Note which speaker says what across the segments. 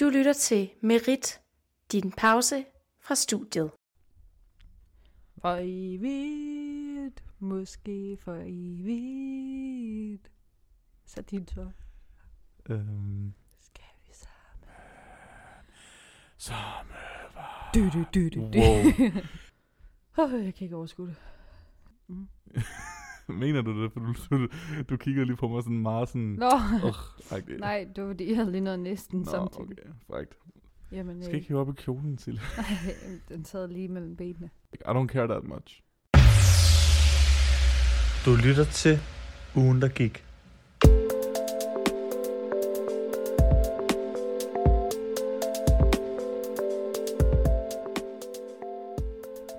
Speaker 1: Du lytter til Merit, din pause fra studiet.
Speaker 2: For evigt, måske for evigt. Så din tur.
Speaker 3: Øhm,
Speaker 2: Skal vi så?
Speaker 3: så
Speaker 2: Du, du, du, du, du.
Speaker 3: Wow.
Speaker 2: Åh, jeg kan ikke overskue det.
Speaker 3: Mener du det? For du, du, du kigger lige på mig sådan meget sådan...
Speaker 2: Nå,
Speaker 3: agtigt.
Speaker 2: nej, det var fordi, jeg havde lige noget næsten Nå,
Speaker 3: Nå,
Speaker 2: samtidig. Okay.
Speaker 3: okay, frækt.
Speaker 2: Jamen,
Speaker 3: Skal
Speaker 2: øh,
Speaker 3: ikke hive op i kjolen til.
Speaker 2: nej, den sad lige mellem benene.
Speaker 3: I don't care that much.
Speaker 4: Du lytter til ugen, der gik.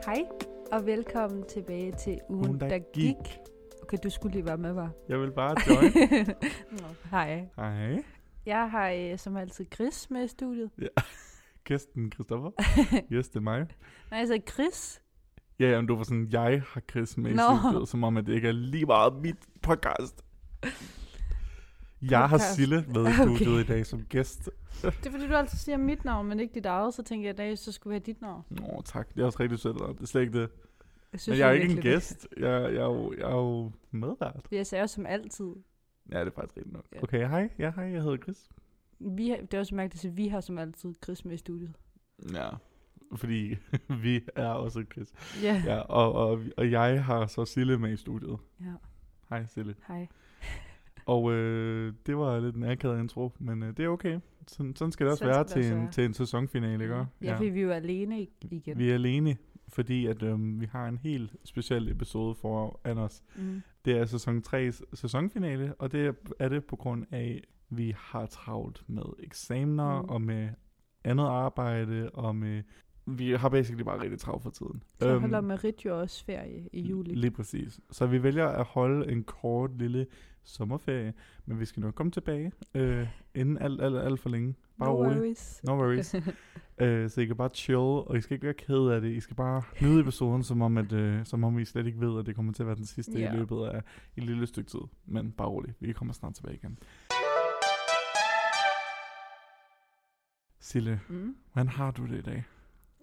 Speaker 2: Hej, og velkommen tilbage til ugen,
Speaker 3: Ugen,
Speaker 2: der,
Speaker 3: der
Speaker 2: der gik.
Speaker 3: gik.
Speaker 2: Okay, du skulle lige være med, var.
Speaker 3: Jeg vil bare join.
Speaker 2: Hej.
Speaker 3: Hej.
Speaker 2: Jeg har øh, som altid Chris med i studiet.
Speaker 3: Kirsten Christoffer. Yes, det er mig.
Speaker 2: Nej, altså Chris.
Speaker 3: Ja, jamen, du var sådan, jeg har Chris med i
Speaker 2: Nå.
Speaker 3: studiet, som om, at det ikke er lige meget mit podcast. Jeg har
Speaker 2: Podcast.
Speaker 3: Sille med i
Speaker 2: Okay.
Speaker 3: studiet i dag som gæst.
Speaker 2: Det er fordi, du altid siger mit navn, men ikke dit eget, så tænker jeg, at i dag så skulle vi have dit navn.
Speaker 3: Nå, tak. Det er også rigtig sødt. af dig. Det er slet ikke det.
Speaker 2: Jeg synes,
Speaker 3: Men jeg er jo ikke en gæst. Jeg, jeg, er jo, jeg er jo medvært.
Speaker 2: Vi er seriøse som altid.
Speaker 3: Ja, det er faktisk rigtigt nok.
Speaker 2: Ja.
Speaker 3: Okay, hej. Ja, hej. Jeg hedder Chris.
Speaker 2: Vi har, det er også mærkeligt, at vi har som altid Chris med i studiet.
Speaker 3: Ja. Fordi vi er også Chris.
Speaker 2: Ja.
Speaker 3: Ja, og, og, og jeg har så Sille med i studiet.
Speaker 2: ja.
Speaker 3: Hej, Sille.
Speaker 2: Hej.
Speaker 3: Og øh, det var lidt en akavet intro, men øh, det er okay. Sådan, sådan skal det også
Speaker 2: Sådan
Speaker 3: være
Speaker 2: skal det
Speaker 3: til
Speaker 2: også
Speaker 3: en,
Speaker 2: være. Mm,
Speaker 3: til en sæsonfinale, ikke?
Speaker 2: Ja, fordi vi er jo alene i- igen.
Speaker 3: Vi er alene, fordi at, øh, vi har en helt speciel episode foran os.
Speaker 2: Mm.
Speaker 3: Det er sæson 3's sæsonfinale, og det er det på grund af, at vi har travlt med eksamener
Speaker 2: Mm.
Speaker 3: mm. og med andet arbejde og med... Vi har basically bare rigtig travlt for tiden.
Speaker 2: Så
Speaker 3: Øhm,
Speaker 2: holder Merit jo også ferie i juli.
Speaker 3: Lige præcis. Så vi vælger at holde en kort lille sommerferie, men vi skal nok komme tilbage, øh, inden alt, alt, alt for længe. Bare
Speaker 2: no
Speaker 3: roligt.
Speaker 2: worries.
Speaker 3: No worries. øh, så I kan bare chill, og I skal ikke være ked af det. I skal bare nyde episoden, som om, at, øh, som om I slet ikke ved, at det kommer til at være den sidste
Speaker 2: Ja.
Speaker 3: i løbet af et lille stykke tid. Men bare roligt, vi kommer snart tilbage igen. Sille,
Speaker 2: Mm.
Speaker 3: hvordan har du det i dag?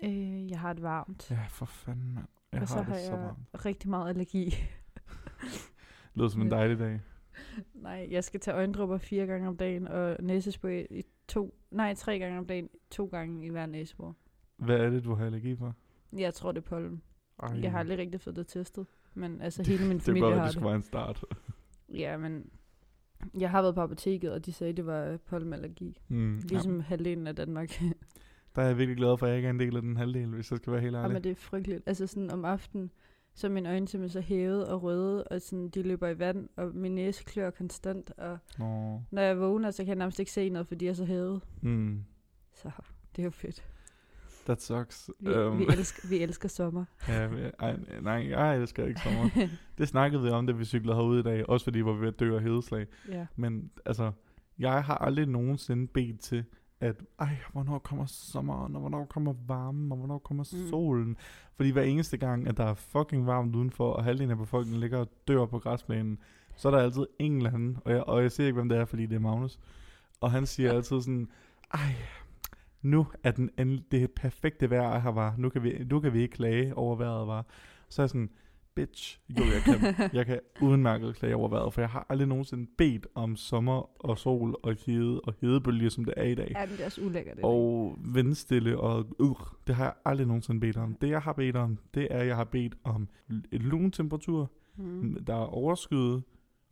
Speaker 2: Øh, jeg har det varmt.
Speaker 3: Ja, for fanden, mand. Jeg
Speaker 2: og så
Speaker 3: har det
Speaker 2: har
Speaker 3: så
Speaker 2: jeg
Speaker 3: varmt.
Speaker 2: rigtig meget allergi.
Speaker 3: Lød som en
Speaker 2: lidt-
Speaker 3: dejlig dag.
Speaker 2: Nej, jeg skal tage øjendrupper fire gange om dagen, og næsespray i to, nej, tre gange om dagen, to gange i hver næsebor.
Speaker 3: Hvad er det, du har allergi for?
Speaker 2: Jeg tror, det er pollen.
Speaker 3: Ej,
Speaker 2: Jeg har aldrig rigtig fået det testet, men altså hele min
Speaker 3: det er
Speaker 2: familie
Speaker 3: godt, at
Speaker 2: har
Speaker 3: det
Speaker 2: det.
Speaker 3: skulle være en start.
Speaker 2: Ja, men jeg har været på apoteket, og de sagde, at det var pollenallergi.
Speaker 3: Mm,
Speaker 2: Ligesom
Speaker 3: ja.
Speaker 2: ja. halvdelen af Danmark.
Speaker 3: Der er jeg virkelig glad for, at jeg ikke er en del af den halvdel, hvis jeg skal være helt
Speaker 2: og
Speaker 3: ærlig.
Speaker 2: men det er frygteligt. Altså sådan om aftenen, så er mine øjne simpelthen så hævet og røde, og sådan, de løber i vand, og min næse klør konstant, og
Speaker 3: Nå.
Speaker 2: når jeg vågner, så kan jeg nærmest ikke se noget, fordi jeg er så hævet.
Speaker 3: Mm,
Speaker 2: Så det er jo fedt.
Speaker 3: that sucks. Øhm,
Speaker 2: Vi, um. vi, elsker, vi elsker sommer.
Speaker 3: ja, men- ej, nej, jeg elsker ikke sommer. Det snakkede vi om, da vi cyklede herude i dag. Også fordi, vi var ved at dø af hedeslag.
Speaker 2: ja.
Speaker 3: Men altså, jeg har aldrig nogensinde bedt til, at ej, hvornår kommer sommeren, og hvornår kommer varmen, og hvornår kommer
Speaker 2: Mm.
Speaker 3: mm. solen. Fordi hver eneste gang, at der er fucking varmt udenfor, og halvdelen af befolkningen ligger og dør på græsplænen, så er der altid en eller anden, og jeg, og jeg ser ikke, hvem det er, fordi det er Magnus. Og han siger altid sådan, ej, nu er den endel- det perfekte vejr her var. Nu kan, vi, nu kan vi ikke klage over vejret var. Så er jeg sådan, bitch, jo jeg kan. jeg kan udmærket klage over vejret, for jeg har aldrig nogensinde bedt om sommer og sol og hede og hedebølge, som det er i dag.
Speaker 2: ja, men det er også ulækkert. det der.
Speaker 3: Og vindstille og øh, det har jeg aldrig nogensinde bedt om. Det jeg har bedt om, det er, at jeg har bedt om l- et lun temperatur,
Speaker 2: Mm.
Speaker 3: mm. der er overskyet,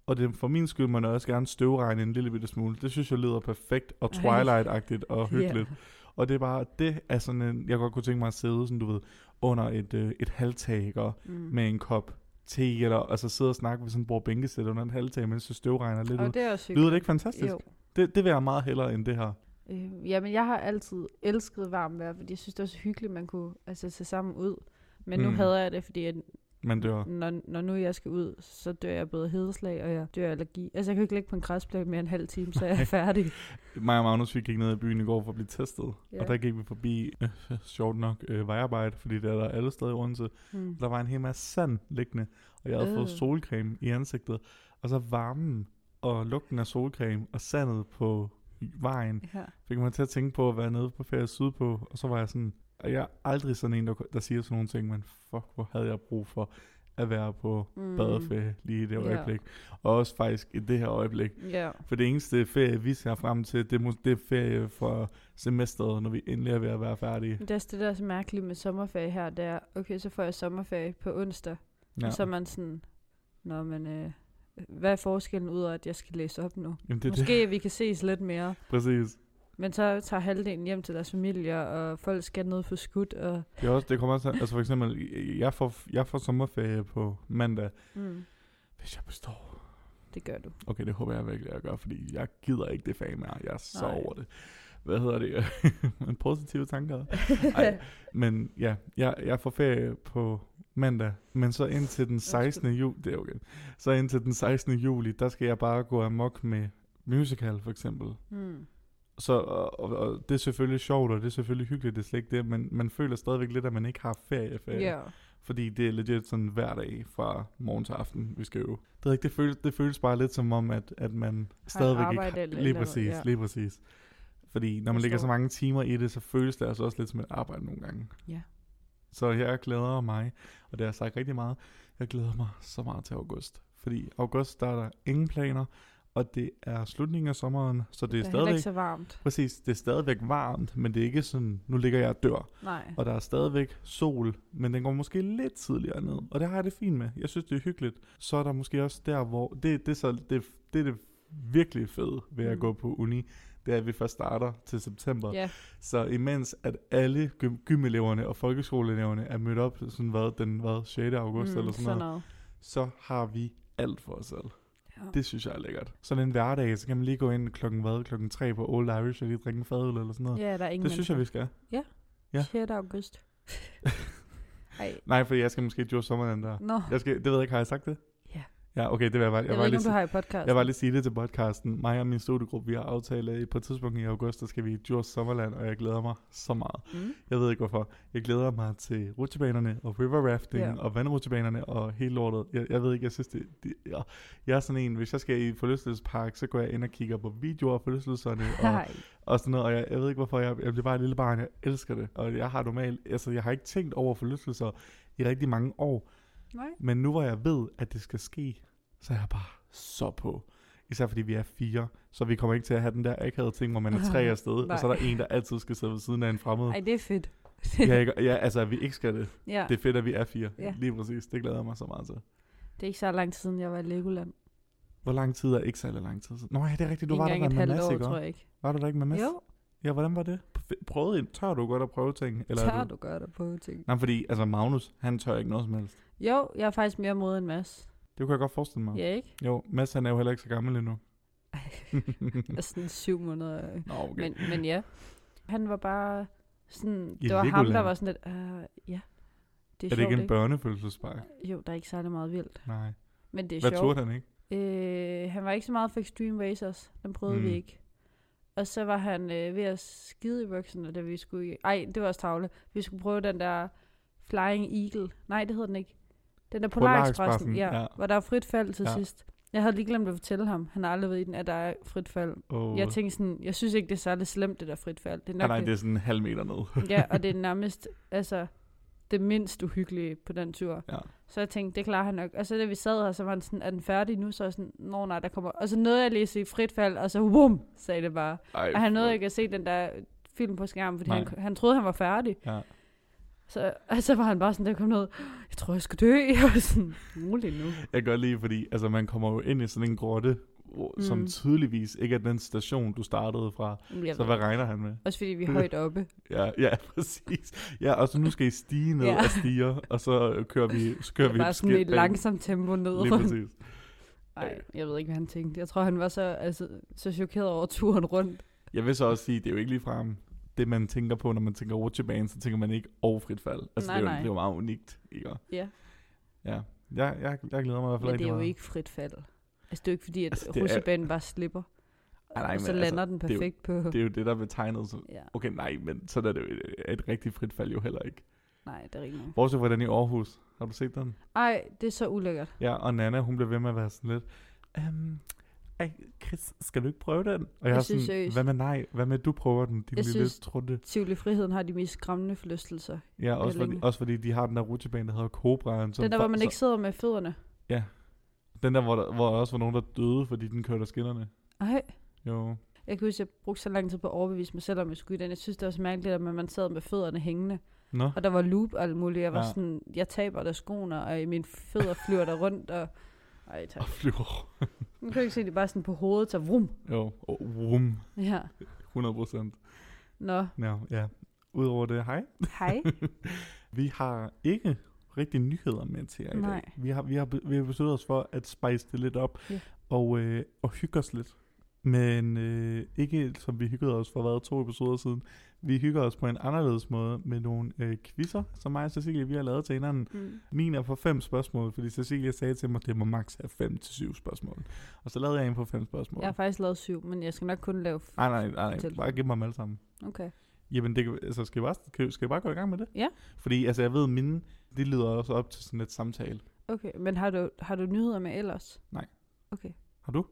Speaker 3: og det for min skyld må jeg også gerne støvregne en lille bitte smule. Det synes jeg lyder perfekt og
Speaker 2: Ej.
Speaker 3: Twilight-agtigt og hyggeligt.
Speaker 2: Ja.
Speaker 3: Og det er bare, det er sådan en, jeg godt kunne tænke mig at sidde, sådan du ved, under et, øh, et halvtag, ikke? Og
Speaker 2: Mm.
Speaker 3: med en kop te, eller altså sidde og snakke ved sådan en bordbænkesæt under en halvtag, mens det støvregner lidt ud.
Speaker 2: Og det er også
Speaker 3: Lyder det ikke fantastisk?
Speaker 2: Jo.
Speaker 3: Det, det vil jeg meget hellere end det her.
Speaker 2: Øh, jamen, jeg har altid elsket varmt vejr, fordi jeg synes, det var så hyggeligt, man kunne altså, se sammen ud. Men mm. nu
Speaker 3: Mm.
Speaker 2: hader jeg det, fordi at
Speaker 3: Man dør.
Speaker 2: når, når nu jeg skal ud, så dør jeg både af hedeslag, og jeg dør af allergi. Altså, jeg kan jo ikke ligge på en græsplæne mere end en halv time, så jeg er færdig.
Speaker 3: Mig og Magnus, vi gik ned i byen i går for at blive testet.
Speaker 2: Mm. Ja.
Speaker 3: Ja. Og der gik vi forbi, øh, sjovt nok, øh, vejarbejde, fordi det er der alle steder i Odense.
Speaker 2: Mm.
Speaker 3: Der var en hel masse sand liggende, og jeg havde øh. fået
Speaker 2: Øh.
Speaker 3: solcreme i ansigtet. Og så varmen og lugten af solcreme og sandet på vejen,
Speaker 2: Ja.
Speaker 3: fik mig til at tænke på at være nede på ferie sydpå, og så var jeg sådan, og jeg er aldrig sådan en, der, der siger sådan nogle ting, men fuck, hvor havde jeg brug for at være på
Speaker 2: Mm.
Speaker 3: badeferie lige i det
Speaker 2: Ja.
Speaker 3: øjeblik. Og også faktisk i det her øjeblik.
Speaker 2: Ja.
Speaker 3: For det eneste ferie, vi ser frem til, det er, mås- det er ferie for semesteret, når vi endelig er ved at være færdige.
Speaker 2: Men Det er også det, der er så mærkeligt med sommerferie her, det er, okay, så får jeg sommerferie på onsdag, ja.
Speaker 3: Ja.
Speaker 2: og så er man sådan, nå, men øh, hvad er forskellen ud af, at jeg skal læse op nu?
Speaker 3: Jamen, det
Speaker 2: Det,
Speaker 3: er det.
Speaker 2: Måske det. vi kan ses lidt mere,
Speaker 3: Præcis.
Speaker 2: men så tager halvdelen hjem til deres familier, og folk skal ned på skud, og
Speaker 3: Det, er også, det kommer også, altså for eksempel, jeg får, jeg får sommerferie på mandag,
Speaker 2: mm,
Speaker 3: hvis jeg består.
Speaker 2: det gør du.
Speaker 3: Okay, det håber jeg virkelig, at jeg gør, fordi jeg gider ikke det fag mere. Jeg er så
Speaker 2: Nej.
Speaker 3: over det. Hvad hedder det? Men positive tanker. Ej, men ja, jeg, jeg får ferie på mandag, men så indtil den 16. juli, det er okay. Så indtil den 16. juli, der skal jeg bare gå amok med musical for eksempel.
Speaker 2: Mm.
Speaker 3: Så, og, og, og det er selvfølgelig sjovt, og det er selvfølgelig hyggeligt, det er slet ikke det, men man føler stadigvæk lidt, at man ikke har ferie, ferie.
Speaker 2: Ja,
Speaker 3: Fordi det er legit sådan hver dag fra morgen til aften, vi skal øve. Det, ved jeg ikke, det, føles, det føles bare lidt som om, at, at man stadigvæk ikke...
Speaker 2: arbejde eller et
Speaker 3: lige
Speaker 2: eller andet,
Speaker 3: præcis,
Speaker 2: ja.
Speaker 3: lige præcis. Fordi når man lægger så
Speaker 2: Forstår.
Speaker 3: mange timer i det, så føles det altså også lidt som et arbejde nogle gange.
Speaker 2: Ja.
Speaker 3: Så jeg glæder mig, og det har jeg sagt rigtig meget, jeg glæder mig så meget til august. Fordi august, der er der ingen planer, og det er slutningen af sommeren, så det
Speaker 2: det
Speaker 3: er
Speaker 2: er heller
Speaker 3: stadigvæk...
Speaker 2: ikke så varmt.
Speaker 3: Præcis, det er stadigvæk varmt, men det er ikke sådan, nu ligger jeg og dør.
Speaker 2: Nej,
Speaker 3: Og der er stadigvæk sol, men den går måske lidt tidligere ned. Og det har jeg det fint med. Jeg synes, det er hyggeligt. Så er der måske også der, hvor... Det, det, er, så, det, det er det virkelig fede ved at
Speaker 2: Mm.
Speaker 3: gå på uni. Det er, at vi først starter til september.
Speaker 2: ja,
Speaker 3: Så imens at alle gym- gymeleverne og folkeskoleeleverne er mødt op sådan hvad, den hvad, 6. august mm, eller sådan noget,
Speaker 2: noget.
Speaker 3: så har vi alt for os selv.
Speaker 2: Ja.
Speaker 3: Det synes jeg er lækkert. Sådan en hverdag, så kan man lige gå ind klokken hvad, klokken 3 på Old Irish og lige drikke en fadøl eller sådan noget.
Speaker 2: ja, der er ingen
Speaker 3: det synes jeg, vi skal. ja.
Speaker 2: 6. august. Ej,
Speaker 3: Nej, for jeg skal måske dyrke sommeren der.
Speaker 2: nå.
Speaker 3: Jeg skal, det ved jeg ikke, har jeg sagt det?
Speaker 2: Ja.
Speaker 3: Ja, okay, det vil jeg bare, jeg,
Speaker 2: Jeg,
Speaker 3: bare
Speaker 2: ved ikke,
Speaker 3: lige,
Speaker 2: om du
Speaker 3: sige-
Speaker 2: har i podcast.
Speaker 3: jeg bare lige sige det til podcasten. Mig og min studiegruppe, vi har aftalt at på et tidspunkt i august, der skal vi i Djurs Sommerland, og jeg glæder mig så meget.
Speaker 2: Mm.
Speaker 3: Jeg ved ikke hvorfor. Jeg glæder mig til rutsjebanerne og river rafting
Speaker 2: Ja.
Speaker 3: og vandrutsjebanerne og hele lortet. Jeg, jeg ved ikke, jeg synes det... det ja. Jeg er sådan en, hvis jeg skal i forlystelsespark, så går jeg ind og kigger på videoer af forlystelserne og,
Speaker 2: Nej.
Speaker 3: og sådan noget. Og jeg, jeg ved ikke hvorfor, jeg, jeg bliver bare et lille barn, jeg elsker det. Og jeg har normalt... Altså, jeg har ikke tænkt over forlystelser i rigtig mange år.
Speaker 2: Nej.
Speaker 3: Men nu hvor jeg ved, at det skal ske, så er jeg bare så på. Især fordi vi er fire, så vi kommer ikke til at have den der akavede ting, hvor man er tre afsted, og så er der en, der altid skal sidde ved siden af en fremmed.
Speaker 2: Ej, det er fedt.
Speaker 3: ja, ikke, ja, altså at vi ikke skal det.
Speaker 2: ja.
Speaker 3: Det er fedt, at vi er fire.
Speaker 2: Ja.
Speaker 3: Lige præcis, det glæder jeg mig så meget til.
Speaker 2: Det er ikke så lang tid siden, jeg var i Legoland.
Speaker 3: Hvor lang tid er ikke særlig lang tid siden? Nå ja, det er rigtigt, du
Speaker 2: en
Speaker 3: var der
Speaker 2: gang
Speaker 3: da
Speaker 2: et halvt
Speaker 3: med Mads,
Speaker 2: år,
Speaker 3: ikke?
Speaker 2: tror
Speaker 3: også?
Speaker 2: jeg ikke.
Speaker 3: Var du der ikke med Mads?
Speaker 2: Jo,
Speaker 3: Ja, hvordan var det? Prøvede, I- tør du godt at prøve ting? Eller er
Speaker 2: tør du godt at prøve ting.
Speaker 3: Nej, fordi altså Magnus, han tør ikke noget som helst.
Speaker 2: Jo, jeg er faktisk mere modig end Mads.
Speaker 3: Det kunne jeg godt forestille mig.
Speaker 2: Ja, ikke?
Speaker 3: Jo, Mads han er jo heller ikke så gammel endnu.
Speaker 2: Jeg er sådan syv måneder. øh.
Speaker 3: Nå, okay.
Speaker 2: Men, men ja, han var bare sådan...
Speaker 3: I
Speaker 2: det var ham, der
Speaker 3: Legoland?
Speaker 2: var sådan lidt... Uh, ja, det er,
Speaker 3: Er det
Speaker 2: sjovt,
Speaker 3: ikke en børnefødselspark?
Speaker 2: Jo, der er ikke særlig meget vildt.
Speaker 3: Nej.
Speaker 2: Men det er
Speaker 3: Hvad
Speaker 2: sjovt.
Speaker 3: turde han ikke?
Speaker 2: Øh, han var ikke så meget for Extreme Racers. Den prøvede mm. vi
Speaker 3: Mm.
Speaker 2: ikke. Og så var han øh, ved at skide i bukserne, da vi skulle... i- Ej, det var også tavle. Vi skulle prøve den der Flying Eagle. Nej, det hed den ikke. Den der Polarexpressen,
Speaker 3: Polarexpressen,
Speaker 2: ja,
Speaker 3: ja.
Speaker 2: ja. hvor der er frit fald til ja.
Speaker 3: Ja.
Speaker 2: sidst. Jeg havde lige glemt at fortælle ham. Han har aldrig været i den, at der er frit fald.
Speaker 3: Oh.
Speaker 2: Jeg tænkte sådan, jeg synes ikke, det er særlig slemt, det der frit fald. Det er nok
Speaker 3: nej,
Speaker 2: det-
Speaker 3: det er sådan en halv meter ned.
Speaker 2: Ja, og det er nærmest altså, det mindst uhyggelige på den tur.
Speaker 3: Ja.
Speaker 2: Så jeg tænkte, det klarer han nok. Og så da vi sad her, så var han sådan, er den færdig nu? Så var jeg sådan, nå nej, der kommer... Og så nåede jeg lige at se frit fald, og så wum, sagde det bare.
Speaker 3: Ej,
Speaker 2: Og han nåede ikke at se den der film på skærmen, fordi
Speaker 3: Nej.
Speaker 2: han, han troede, han var færdig.
Speaker 3: Ja.
Speaker 2: Så, og så var han bare sådan, der kom noget, jeg tror, jeg skal dø. Jeg var sådan, rolig nu.
Speaker 3: Jeg kan godt lide, fordi altså, man kommer jo ind i sådan en grotte, hvor, mm. som
Speaker 2: Mm.
Speaker 3: tydeligvis ikke er den station, du startede fra.
Speaker 2: Jamen, Jeg
Speaker 3: Så
Speaker 2: ved.
Speaker 3: hvad regner han med?
Speaker 2: Også fordi vi er højt oppe.
Speaker 3: Ja, ja præcis. Ja, og så nu skal I stige ned
Speaker 2: Ja.
Speaker 3: og stiger, og så øh, kører vi, så kører vi
Speaker 2: Bare sådan
Speaker 3: skævt
Speaker 2: et
Speaker 3: bag-
Speaker 2: langsomt tempo ned.
Speaker 3: Lige præcis.
Speaker 2: Nej, jeg ved ikke, hvad han tænkte. Jeg tror, han var så, altså, så chokeret over turen rundt.
Speaker 3: Jeg vil så også sige, det er jo ikke ligefrem det, man tænker på, når man tænker rutsjebane, så tænker man ikke over frit fald. Altså,
Speaker 2: Nej,
Speaker 3: det, er jo,
Speaker 2: nej.
Speaker 3: det er jo meget unikt, ikke?
Speaker 2: Ja.
Speaker 3: Ja, jeg, jeg, jeg glæder mig i
Speaker 2: Men
Speaker 3: hvert fald
Speaker 2: det
Speaker 3: rigtig
Speaker 2: er jo
Speaker 3: meget.
Speaker 2: ikke frit fald. Altså, det er jo ikke fordi, at
Speaker 3: Altså,
Speaker 2: altså,
Speaker 3: det er-
Speaker 2: russebanen bare slipper.
Speaker 3: Ej, nej,
Speaker 2: og så
Speaker 3: men altså,
Speaker 2: lander den
Speaker 3: er jo-
Speaker 2: perfekt på...
Speaker 3: Det er jo det, der er betegnet som...
Speaker 2: Ja,
Speaker 3: Okay, nej, men sådan er det jo et, et rigtigt frit fald jo heller ikke.
Speaker 2: nej, det er rigtigt. nok.
Speaker 3: Bortset fra den i Aarhus. Har du set den?
Speaker 2: Ej, det er så ulækkert.
Speaker 3: Ja, og Nana, hun blev ved med at være sådan lidt... Um, Ej, Chris, skal du ikke prøve den? Og jeg,
Speaker 2: Jeg
Speaker 3: er
Speaker 2: synes
Speaker 3: sådan,
Speaker 2: seriøst-
Speaker 3: hvad med nej? Hvad med, du prøver den? Din
Speaker 2: Jeg
Speaker 3: lille
Speaker 2: synes-
Speaker 3: synes... trutte.
Speaker 2: Tivoli Friheden har de mest skræmmende forlystelser.
Speaker 3: Ja, også fordi,
Speaker 2: længe.
Speaker 3: også fordi de har den der rutsjebane, der hedder Cobraen. som
Speaker 2: Den der, hvor
Speaker 3: fa-
Speaker 2: man
Speaker 3: så-
Speaker 2: ikke sidder med fødderne.
Speaker 3: Den der, hvor der, hvor der også var nogen, der døde, fordi den kørte af skinnerne.
Speaker 2: Ej,
Speaker 3: Jo.
Speaker 2: jeg kan huske, at jeg brugte så lang tid på at overbevise mig selv om, at jeg skulle i den. Jeg synes, det var så mærkeligt, at man sad med fødderne hængende.
Speaker 3: Nå.
Speaker 2: Og der var loop og alt muligt. Jeg var
Speaker 3: Ja.
Speaker 2: sådan, jeg taber der skoene, og mine fødder flyver der rundt. Og... Ej, tak.
Speaker 3: Og flyver.
Speaker 2: Man kan jo ikke se, at de bare sådan på hovedet, så vrum.
Speaker 3: Jo. Og Vum.
Speaker 2: Ja.
Speaker 3: 100 procent.
Speaker 2: Nå,
Speaker 3: Ja, ja. Udover det, hej.
Speaker 2: hej.
Speaker 3: Vi har ikke rigtig nyheder med til jer i
Speaker 2: Nej.
Speaker 3: dag. Vi har, vi, har, be- vi har besluttet os for at spice det lidt op
Speaker 2: Ja.
Speaker 3: og, øh, og hygge os lidt. Men øh, ikke som vi hyggede os for hvad, to episoder siden. Vi hygger os på en anderledes måde med nogle øh, quizzer, som mig og Cecilie vi har lavet til hinanden.
Speaker 2: Mm.
Speaker 3: Min er på fem spørgsmål, fordi Cecilie sagde til mig, at det må max have fem til syv spørgsmål. Og så lavede jeg en på fem spørgsmål.
Speaker 2: Jeg har faktisk lavet syv, men jeg skal nok kun lave... f-
Speaker 3: Ej, nej, nej, nej,
Speaker 2: Fortæl.
Speaker 3: bare giv mig dem alle sammen.
Speaker 2: Okay.
Speaker 3: Jamen, det, kan- altså, skal, jeg bare, kan- skal jeg bare gå i gang med det?
Speaker 2: Ja.
Speaker 3: Fordi altså, jeg ved, mine, det lyder også op til sådan et samtale.
Speaker 2: Okay, men har du, har du nyheder med ellers?
Speaker 3: Nej.
Speaker 2: Okay.
Speaker 3: Har du?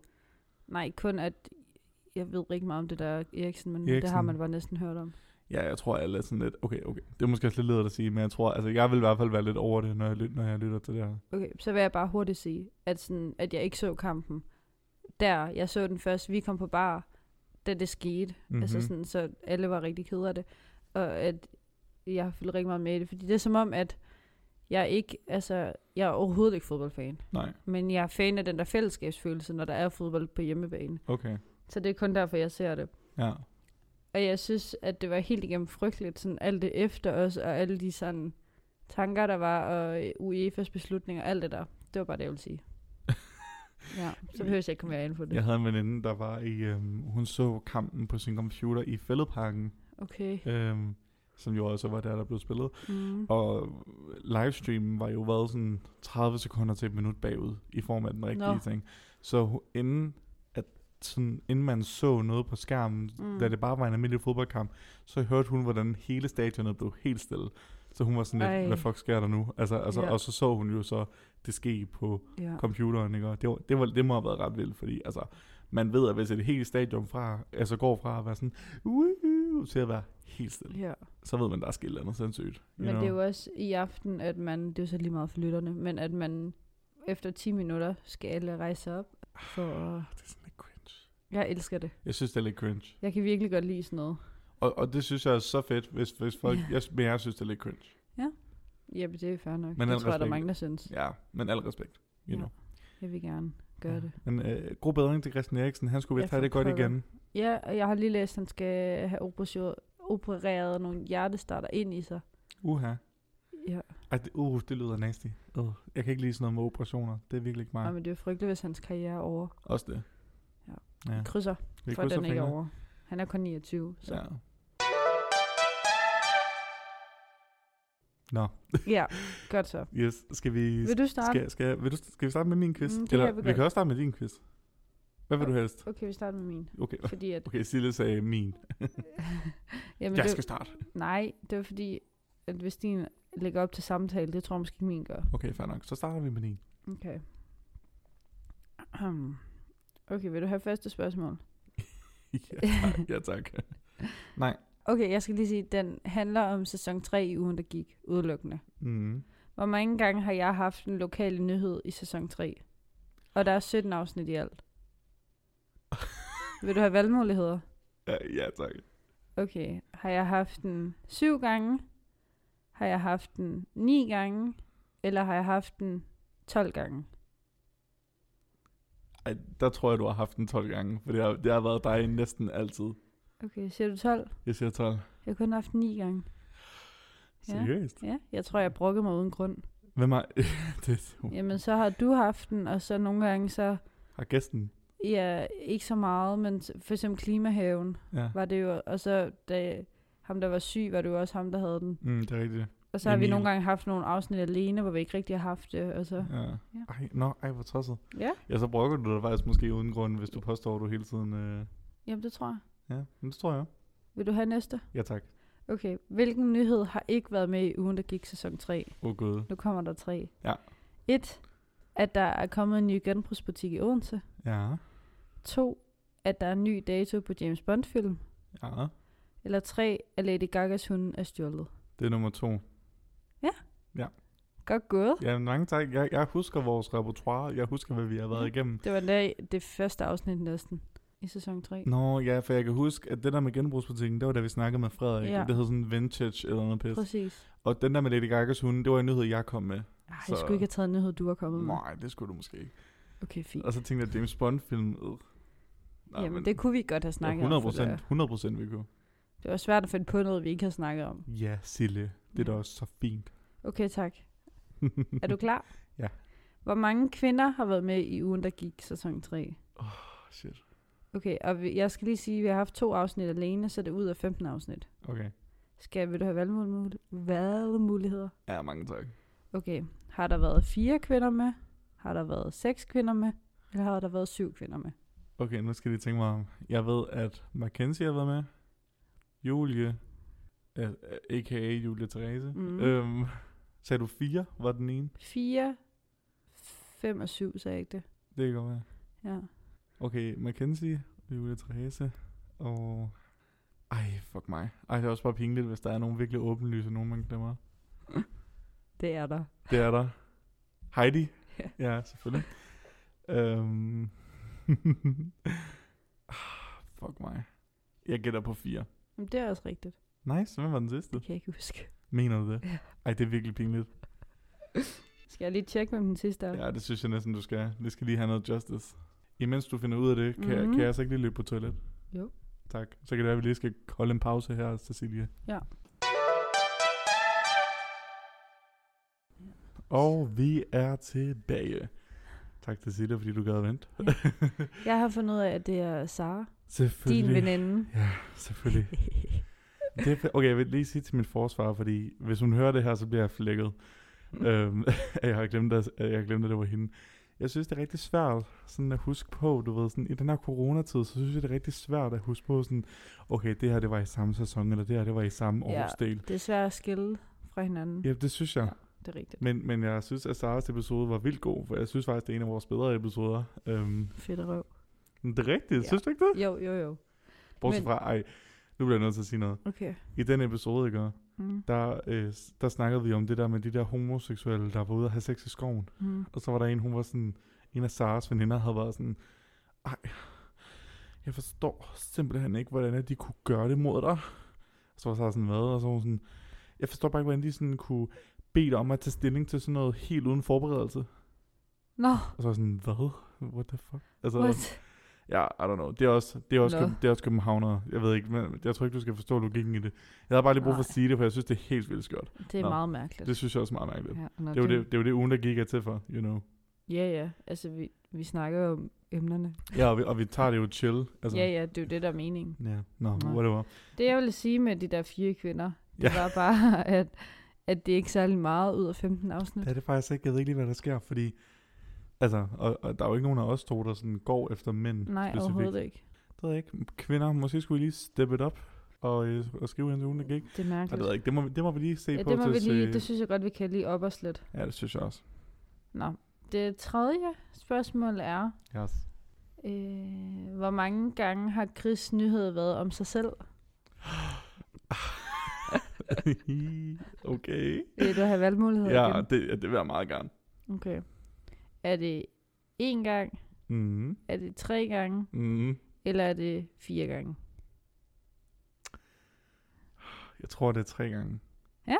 Speaker 2: Nej, kun at... Jeg ved rigtig meget om det der Eriksen, men Eriksen. det
Speaker 3: Eriksen.
Speaker 2: har man bare næsten hørt om.
Speaker 3: Ja, jeg tror, alle er sådan lidt, okay, okay. Det er måske også lidt ledet at sige, men jeg tror, altså, jeg vil i hvert fald være lidt over det, når jeg, lyt- når jeg lytter til det her.
Speaker 2: Okay, så vil jeg bare hurtigt sige, at, sådan, at jeg ikke så kampen der. Jeg så den først, vi kom på bar, da det skete.
Speaker 3: Mhm.
Speaker 2: Mm-hmm. Altså sådan, så alle var rigtig kede af det. Og at jeg har følt rigtig meget med i det. Fordi det er som om, at jeg ikke, altså, jeg er overhovedet ikke fodboldfan.
Speaker 3: Nej,
Speaker 2: Men jeg er fan af den der fællesskabsfølelse, når der er fodbold på hjemmebane.
Speaker 3: okay.
Speaker 2: Så det er kun derfor, jeg ser det.
Speaker 3: Ja,
Speaker 2: Og jeg synes, at det var helt igennem frygteligt, sådan alt det efter os, og alle de sådan tanker, der var, og øh, UEFA's beslutninger, alt det der. Det var bare det, jeg ville sige. ja, så behøver jeg ikke komme mere ind på det.
Speaker 3: jeg havde en veninde, der var i, øhm, hun så kampen på sin computer i fældeparken,
Speaker 2: Okay.
Speaker 3: øhm, som jo også var der, der blev spillet.
Speaker 2: Mm.
Speaker 3: Og livestreamen var jo været sådan 30 sekunder til et minut bagud i form af den rigtige
Speaker 2: Nå.
Speaker 3: Nå. ting. Så hu- inden, at sådan, inden man så noget på skærmen,
Speaker 2: Mm.
Speaker 3: mm. da det bare var en almindelig fodboldkamp, så hørte hun, hvordan hele stadionet blev helt stille. Så hun var sådan
Speaker 2: Ej.
Speaker 3: lidt, hvad fuck sker der nu? Altså, altså,
Speaker 2: Ja. Ah.
Speaker 3: Og så så hun jo så det ske på
Speaker 2: Ja.
Speaker 3: computeren, ikke? Og det, var, det, var, det må have været ret vildt, fordi altså, man ved, at hvis et helt stadion fra, altså går fra at være sådan, uh, til at være helt stille,
Speaker 2: ja.
Speaker 3: så ved man, der er sket et eller andet sindssygt. you
Speaker 2: Men det er
Speaker 3: know?
Speaker 2: jo også i aften, at man, det er jo så lige meget for lytterne, men at man efter 10 minutter skal alle rejse sig op. For,
Speaker 3: Det er sådan lidt cringe.
Speaker 2: jeg elsker det.
Speaker 3: Jeg synes, det er lidt cringe.
Speaker 2: Jeg kan virkelig godt lide sådan noget.
Speaker 3: Og, og det synes jeg er så fedt, hvis, hvis folk...
Speaker 2: Ja.
Speaker 3: Ja. Jeg, men jeg synes, det er lidt cringe.
Speaker 2: Ja, det er fair nok.
Speaker 3: Men
Speaker 2: Men
Speaker 3: al
Speaker 2: det tror jeg, der er
Speaker 3: respekt.
Speaker 2: mange, der synes.
Speaker 3: Ja, men al respekt. You
Speaker 2: Ja,
Speaker 3: know.
Speaker 2: Jeg vil gerne gøre det.
Speaker 3: Men øh, god bedring til Christian Eriksen. Han skulle
Speaker 2: Ja,
Speaker 3: vist have
Speaker 2: for
Speaker 3: det godt
Speaker 2: pokker.
Speaker 3: igen.
Speaker 2: Ja, og jeg har lige læst, at han skal have opereret, opereret nogle hjertestarter ind i sig.
Speaker 3: Uha.
Speaker 2: Ja.
Speaker 3: Ej, det, uh, det lyder nasty. Uh, jeg kan ikke lide sådan noget med operationer. Det er virkelig ikke mig.
Speaker 2: Nej, men det er jo frygteligt, hvis hans karriere er over.
Speaker 3: Også det.
Speaker 2: Ja.
Speaker 3: ja.
Speaker 2: Ja. Krydser,
Speaker 3: Vi
Speaker 2: for
Speaker 3: krydser
Speaker 2: den er ikke
Speaker 3: fingre.
Speaker 2: over. Han er kun 29, så...
Speaker 3: Ja.
Speaker 2: Ja.
Speaker 3: Nå,
Speaker 2: ja, godt så.
Speaker 3: yes. Skal vi,
Speaker 2: Vil du starte?
Speaker 3: skal, skal, vil du, skal vi starte med min quiz?
Speaker 2: Mm, det
Speaker 3: Eller,
Speaker 2: kan vi
Speaker 3: vi
Speaker 2: godt.
Speaker 3: kan også starte med din quiz. Hvad vil du helst?
Speaker 2: Okay, vi starter med min.
Speaker 3: Okay,
Speaker 2: Fordi at...
Speaker 3: okay Sille sagde min.
Speaker 2: Jamen,
Speaker 3: Jeg
Speaker 2: det,
Speaker 3: skal starte.
Speaker 2: Nej, det var fordi, at hvis din lægger op til samtale, det tror jeg måske ikke min gør.
Speaker 3: Okay, fair nok. Så starter vi med din.
Speaker 2: Okay. Ahem. Okay, vil du have første spørgsmål?
Speaker 3: ja, tak. ja, tak.
Speaker 2: Okay, jeg skal lige sige, at den handler om sæson 3 i ugen, der gik udelukkende.
Speaker 3: Mm.
Speaker 2: Hvor mange gange har jeg haft en lokal nyhed i sæson 3? Og der er 17 afsnit i alt. Vil du have valgmuligheder?
Speaker 3: Ja, ja, tak.
Speaker 2: Okay. Har jeg haft den 7 gange? Har jeg haft den 9 gange? Eller har jeg haft den 12 gange?
Speaker 3: Ej, der tror jeg, du har haft den 12 gange, for det har, det har været dig næsten altid.
Speaker 2: Okay, siger du 12?
Speaker 3: Jeg siger 12.
Speaker 2: Jeg har kun haft den 9 gange. Ja.
Speaker 3: Seriøst?
Speaker 2: ja, jeg tror, jeg brokkede mig uden grund.
Speaker 3: Hvem har... det,
Speaker 2: Jamen, så har du haft den, og så nogle gange så...
Speaker 3: har gæsten?
Speaker 2: Ja, ikke så meget, men s- for eksempel Klimahaven
Speaker 3: Ja.
Speaker 2: var det jo... Og så da ham, der var syg, var det jo også ham, der havde den.
Speaker 3: Mm, det er rigtigt.
Speaker 2: Og så har vi
Speaker 3: Emil.
Speaker 2: nogle gange haft nogle afsnit alene, hvor vi ikke rigtig har haft øh, altså. det, og så...
Speaker 3: Ja.
Speaker 2: Ja.
Speaker 3: Ej, nå, ej, hvor tosset.
Speaker 2: Ja,
Speaker 3: Ja, så brokker du dig faktisk måske uden grund, hvis du påstår, at du hele tiden... Øh...
Speaker 2: jamen det tror jeg.
Speaker 3: Ja, men det tror jeg.
Speaker 2: Vil du have næste?
Speaker 3: Ja, tak.
Speaker 2: Okay, hvilken nyhed har ikke været med i ugen, der gik sæson 3?
Speaker 3: Åh, oh, gud.
Speaker 2: Nu kommer der tre.
Speaker 3: Ja.
Speaker 2: 1. At der er kommet en ny genbrugsbutik i Odense.
Speaker 3: Ja.
Speaker 2: To, at der er en ny dato på James Bond-film.
Speaker 3: Ja,
Speaker 2: Eller tre, at Lady Gagas hund er stjålet.
Speaker 3: det er nummer to.
Speaker 2: Godt gået.
Speaker 3: Ja, mange tak. Jeg, jeg husker vores repertoire. Jeg husker, hvad vi har været igennem.
Speaker 2: Det var da det første afsnit næsten i sæson 3.
Speaker 3: Nå, ja, for jeg kan huske, at det der med genbrugsbutikken, det var da vi snakkede med Frederik.
Speaker 2: Ja.
Speaker 3: Ja. Det hed sådan vintage eller noget pis.
Speaker 2: Præcis.
Speaker 3: Og den der med Lady Gagas hunde, det var en nyhed, jeg kom med.
Speaker 2: Ej,
Speaker 3: Så-
Speaker 2: jeg skulle ikke have taget en nyhed, du var kommet med.
Speaker 3: Nej, det skulle du måske ikke.
Speaker 2: Okay, Mm. fint.
Speaker 3: Og så tænkte jeg, James Bond-film. Øh. Altså, Nej,
Speaker 2: Jamen,
Speaker 3: men-
Speaker 2: det kunne vi godt have
Speaker 3: Ja,
Speaker 2: snakket
Speaker 3: 100
Speaker 2: om. for
Speaker 3: procent.
Speaker 2: Det,
Speaker 3: 100 procent, vi kunne.
Speaker 2: det var svært at finde på noget, vi ikke har snakket om.
Speaker 3: Ja, Sille. Det er da
Speaker 2: Mm.
Speaker 3: også så fint.
Speaker 2: Okay, tak. Er du klar?
Speaker 3: Ja.
Speaker 2: Hvor mange kvinder har været med i ugen, der gik sæson 3?
Speaker 3: Oh, Shit.
Speaker 2: Okay, og vi- jeg skal lige sige, at vi har haft to afsnit alene, så det er ud af 15 afsnit.
Speaker 3: Okay.
Speaker 2: Skal, vil du have valgmul- valgmuligheder?
Speaker 3: Ja, mange tak.
Speaker 2: Okay, har der været fire kvinder med? Har der været seks kvinder med? Eller har der været syv kvinder med?
Speaker 3: Okay, nu skal jeg lige tænke mig om. Jeg ved, at Mackenzie har været med. Julie, øh, øh, a.k.a. Julie Therese.
Speaker 2: Mhm.
Speaker 3: Mm. Øhm, sagde du fire, var den ene?
Speaker 2: Fire, fem og syv, sagde jeg ikke det?
Speaker 3: Det kan godt være.
Speaker 2: Ja.
Speaker 3: Okay, Mackenzie, Julie Therese og... Ej, fuck mig. Ej, det er også bare pinligt, hvis der er nogen virkelig åbenlyse, nogen man glemmer.
Speaker 2: Det er der.
Speaker 3: Det er der. Heidi?
Speaker 2: Ja.
Speaker 3: Ja, selvfølgelig. øhm. Ah, fuck mig. Jeg gætter på fire.
Speaker 2: Jamen, det er også rigtigt.
Speaker 3: Nice, hvem var den sidste?
Speaker 2: Det kan jeg ikke huske.
Speaker 3: Mener du det?
Speaker 2: Ja.
Speaker 3: Ej, det er virkelig pinligt.
Speaker 2: Skal jeg lige tjekke, hvem den sidste er?
Speaker 3: Ja, det synes jeg næsten, du skal. Det skal lige have noget justice. Imens du finder ud af det, kan, mm-hmm.
Speaker 2: Mhm.
Speaker 3: kan jeg så ikke lige løbe på toilet?
Speaker 2: Jo.
Speaker 3: Tak. Så kan det være, at vi lige skal holde en pause her, Cecilie.
Speaker 2: Ja.
Speaker 3: Og vi er tilbage. Tak, Cecilie, fordi du gad at vente.
Speaker 2: Ja. Jeg har fundet ud af, at det er Sara, din
Speaker 3: Selvfølgelig.
Speaker 2: veninde.
Speaker 3: Ja, selvfølgelig. Det er, fe- okay, jeg vil lige sige til min forsvar, fordi hvis hun hører det her, så bliver jeg flækket. øhm, at jeg har glemt, at, at jeg har glemt, at det var hende. Jeg synes, det er rigtig svært sådan at huske på, du ved, sådan, i den her coronatid, så synes jeg, det er rigtig svært at huske på, sådan, okay, det her, det var i samme sæson, eller det her, det var i samme
Speaker 2: Ja.
Speaker 3: årsdel.
Speaker 2: Det er svært at skille fra hinanden.
Speaker 3: Ja, det synes jeg.
Speaker 2: Det er rigtigt.
Speaker 3: Men, men jeg synes, at Saras episode var vildt god, for jeg synes faktisk, det er en af vores bedre episoder. Øhm,
Speaker 2: Fedt røv.
Speaker 3: det er rigtigt,
Speaker 2: Ja.
Speaker 3: ja. synes du ikke det?
Speaker 2: Jo, jo, jo.
Speaker 3: Bortset
Speaker 2: Men- Mm.
Speaker 3: fra, ej, nu bliver jeg nødt til at sige noget.
Speaker 2: Okay.
Speaker 3: I den episode, ikke?
Speaker 2: Mm.
Speaker 3: der, øh, s- der snakkede vi om det der med de der homoseksuelle, der var ude at have sex i skoven.
Speaker 2: Mm.
Speaker 3: Og så var der en, hun var sådan, en af Saras veninder havde været sådan, ej, jeg forstår simpelthen ikke, hvordan at de kunne gøre det mod dig. Så var Sara sådan, hvad? Og så var hun sådan, jeg forstår bare ikke, hvordan de sådan kunne bede dig om at tage stilling til sådan noget helt uden forberedelse.
Speaker 2: Nå,
Speaker 3: Og så var jeg sådan, hvad? What the fuck? Altså,
Speaker 2: what?
Speaker 3: Ja, I don't know. Det er også, det er også,
Speaker 2: Nå.
Speaker 3: køb, det er også københavnere. Jeg ved ikke, men jeg tror ikke, du skal forstå logikken i det. Jeg havde bare lige brug for at
Speaker 2: Nej.
Speaker 3: sige det, for jeg synes, det er helt vildt skørt.
Speaker 2: Det er
Speaker 3: Nå.
Speaker 2: meget mærkeligt.
Speaker 3: Det synes jeg også er meget mærkeligt.
Speaker 2: ja, nå,
Speaker 3: Det er jo det, det, er jo det ugen, der gik er til for, you know.
Speaker 2: Ja, ja. Altså, vi, vi snakker jo om emnerne.
Speaker 3: Ja, og vi, og vi tager det jo chill. Altså.
Speaker 2: Altså. Ja, ja, det er jo det, der er meningen.
Speaker 3: Ja, nå,
Speaker 2: Nå. Mm.
Speaker 3: no, whatever.
Speaker 2: Det, jeg ville sige med de der fire kvinder, det
Speaker 3: Ja.
Speaker 2: ja. var bare, at, at det er ikke særlig meget ud af 15 afsnit.
Speaker 3: Det er det faktisk ikke. Jeg ved ikke lige, hvad der sker, fordi... Altså, og, og der er jo ikke nogen af os to, der sådan går efter mænd.
Speaker 2: Nej,
Speaker 3: specifikt.
Speaker 2: overhovedet ikke.
Speaker 3: Det ved jeg ikke. Kvinder, måske skulle vi lige steppe it op og, øh, og skrive ind til ugen, der
Speaker 2: Det
Speaker 3: gik.
Speaker 2: er
Speaker 3: Ej, det ved
Speaker 2: mærkeligt.
Speaker 3: jeg ikke. Det må, vi- det må vi lige se
Speaker 2: Ja,
Speaker 3: på.
Speaker 2: det, må
Speaker 3: til
Speaker 2: vi lige,
Speaker 3: se-
Speaker 2: det synes jeg godt, vi kan lige op os lidt.
Speaker 3: Ja, det synes jeg også.
Speaker 2: Nå, det tredje spørgsmål er,
Speaker 3: Yes.
Speaker 2: øh, hvor mange gange har Chris nyhed været om sig selv?
Speaker 3: okay.
Speaker 2: Vil du have valgmuligheder
Speaker 3: Ja,
Speaker 2: igen?
Speaker 3: det, ja, det vil jeg meget gerne.
Speaker 2: Okay. Er det én gang,
Speaker 3: Mm.
Speaker 2: er det tre gange,
Speaker 3: Mm.
Speaker 2: eller er det fire gange?
Speaker 3: Jeg tror, det er tre gange.
Speaker 2: Ja.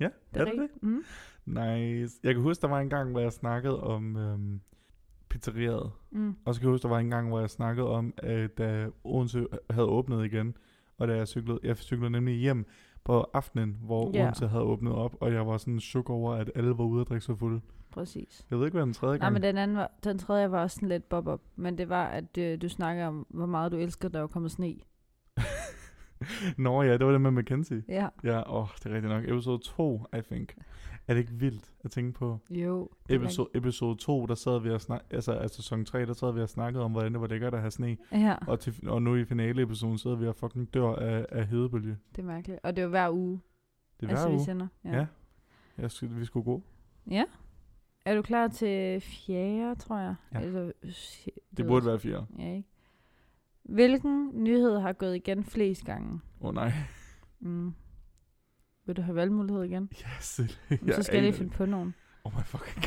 Speaker 3: Ja, det er det det?
Speaker 2: rigtigt. Mm.
Speaker 3: Nice. Jeg kan huske, der var en gang, hvor jeg snakkede om øhm, pizzeriet.
Speaker 2: Mm.
Speaker 3: Og så kan jeg huske, der var en gang, hvor jeg snakkede om, øh, da Odense havde åbnet igen. Og da jeg cyklede, jeg cyklede nemlig hjem på aftenen, hvor
Speaker 2: Ja.
Speaker 3: yeah. Odense havde åbnet op, og jeg var sådan chok over, at alle var ude at drikke sig fulde.
Speaker 2: Præcis.
Speaker 3: Jeg ved ikke, hvad den tredje
Speaker 2: Nej,
Speaker 3: gang...
Speaker 2: men den, anden var, den tredje var også sådan lidt bob-op, men det var, at øh, du snakker om, hvor meget du elsker, der var kommet sne.
Speaker 3: Nå ja, det var det med Mackenzie.
Speaker 2: Ja.
Speaker 3: Ja, åh, det er rigtigt nok. Episode 2, I think. Er det ikke vildt at tænke på?
Speaker 2: Jo. det er
Speaker 3: Episode, episode 2, der sad vi og snak, altså af sæson 3, der sad vi og snakkede om, hvordan det var lækkert at have sne.
Speaker 2: rigtigt. Ja,
Speaker 3: Og, til, og nu i finaleepisoden sidder vi og fucking dør af, af hedebølge.
Speaker 2: det er mærkeligt. Og det er jo hver uge,
Speaker 3: Det er
Speaker 2: altså,
Speaker 3: hver
Speaker 2: vi
Speaker 3: uge.
Speaker 2: sender.
Speaker 3: Ja. Jeg skulle, vi skulle gå.
Speaker 2: Ja. Er du klar til fjerde, tror jeg?
Speaker 3: Ja.
Speaker 2: Eller, s-
Speaker 3: Det burde være fire.
Speaker 2: Ja, ikke? Hvilken nyhed har gået igen flest gange?
Speaker 3: Åh oh, nej.
Speaker 2: Mm. Vil du have valgmulighed igen?
Speaker 3: Yes, jeg
Speaker 2: Ja, så skal jeg
Speaker 3: aner
Speaker 2: lige
Speaker 3: det.
Speaker 2: finde på nogen.
Speaker 3: Oh my fucking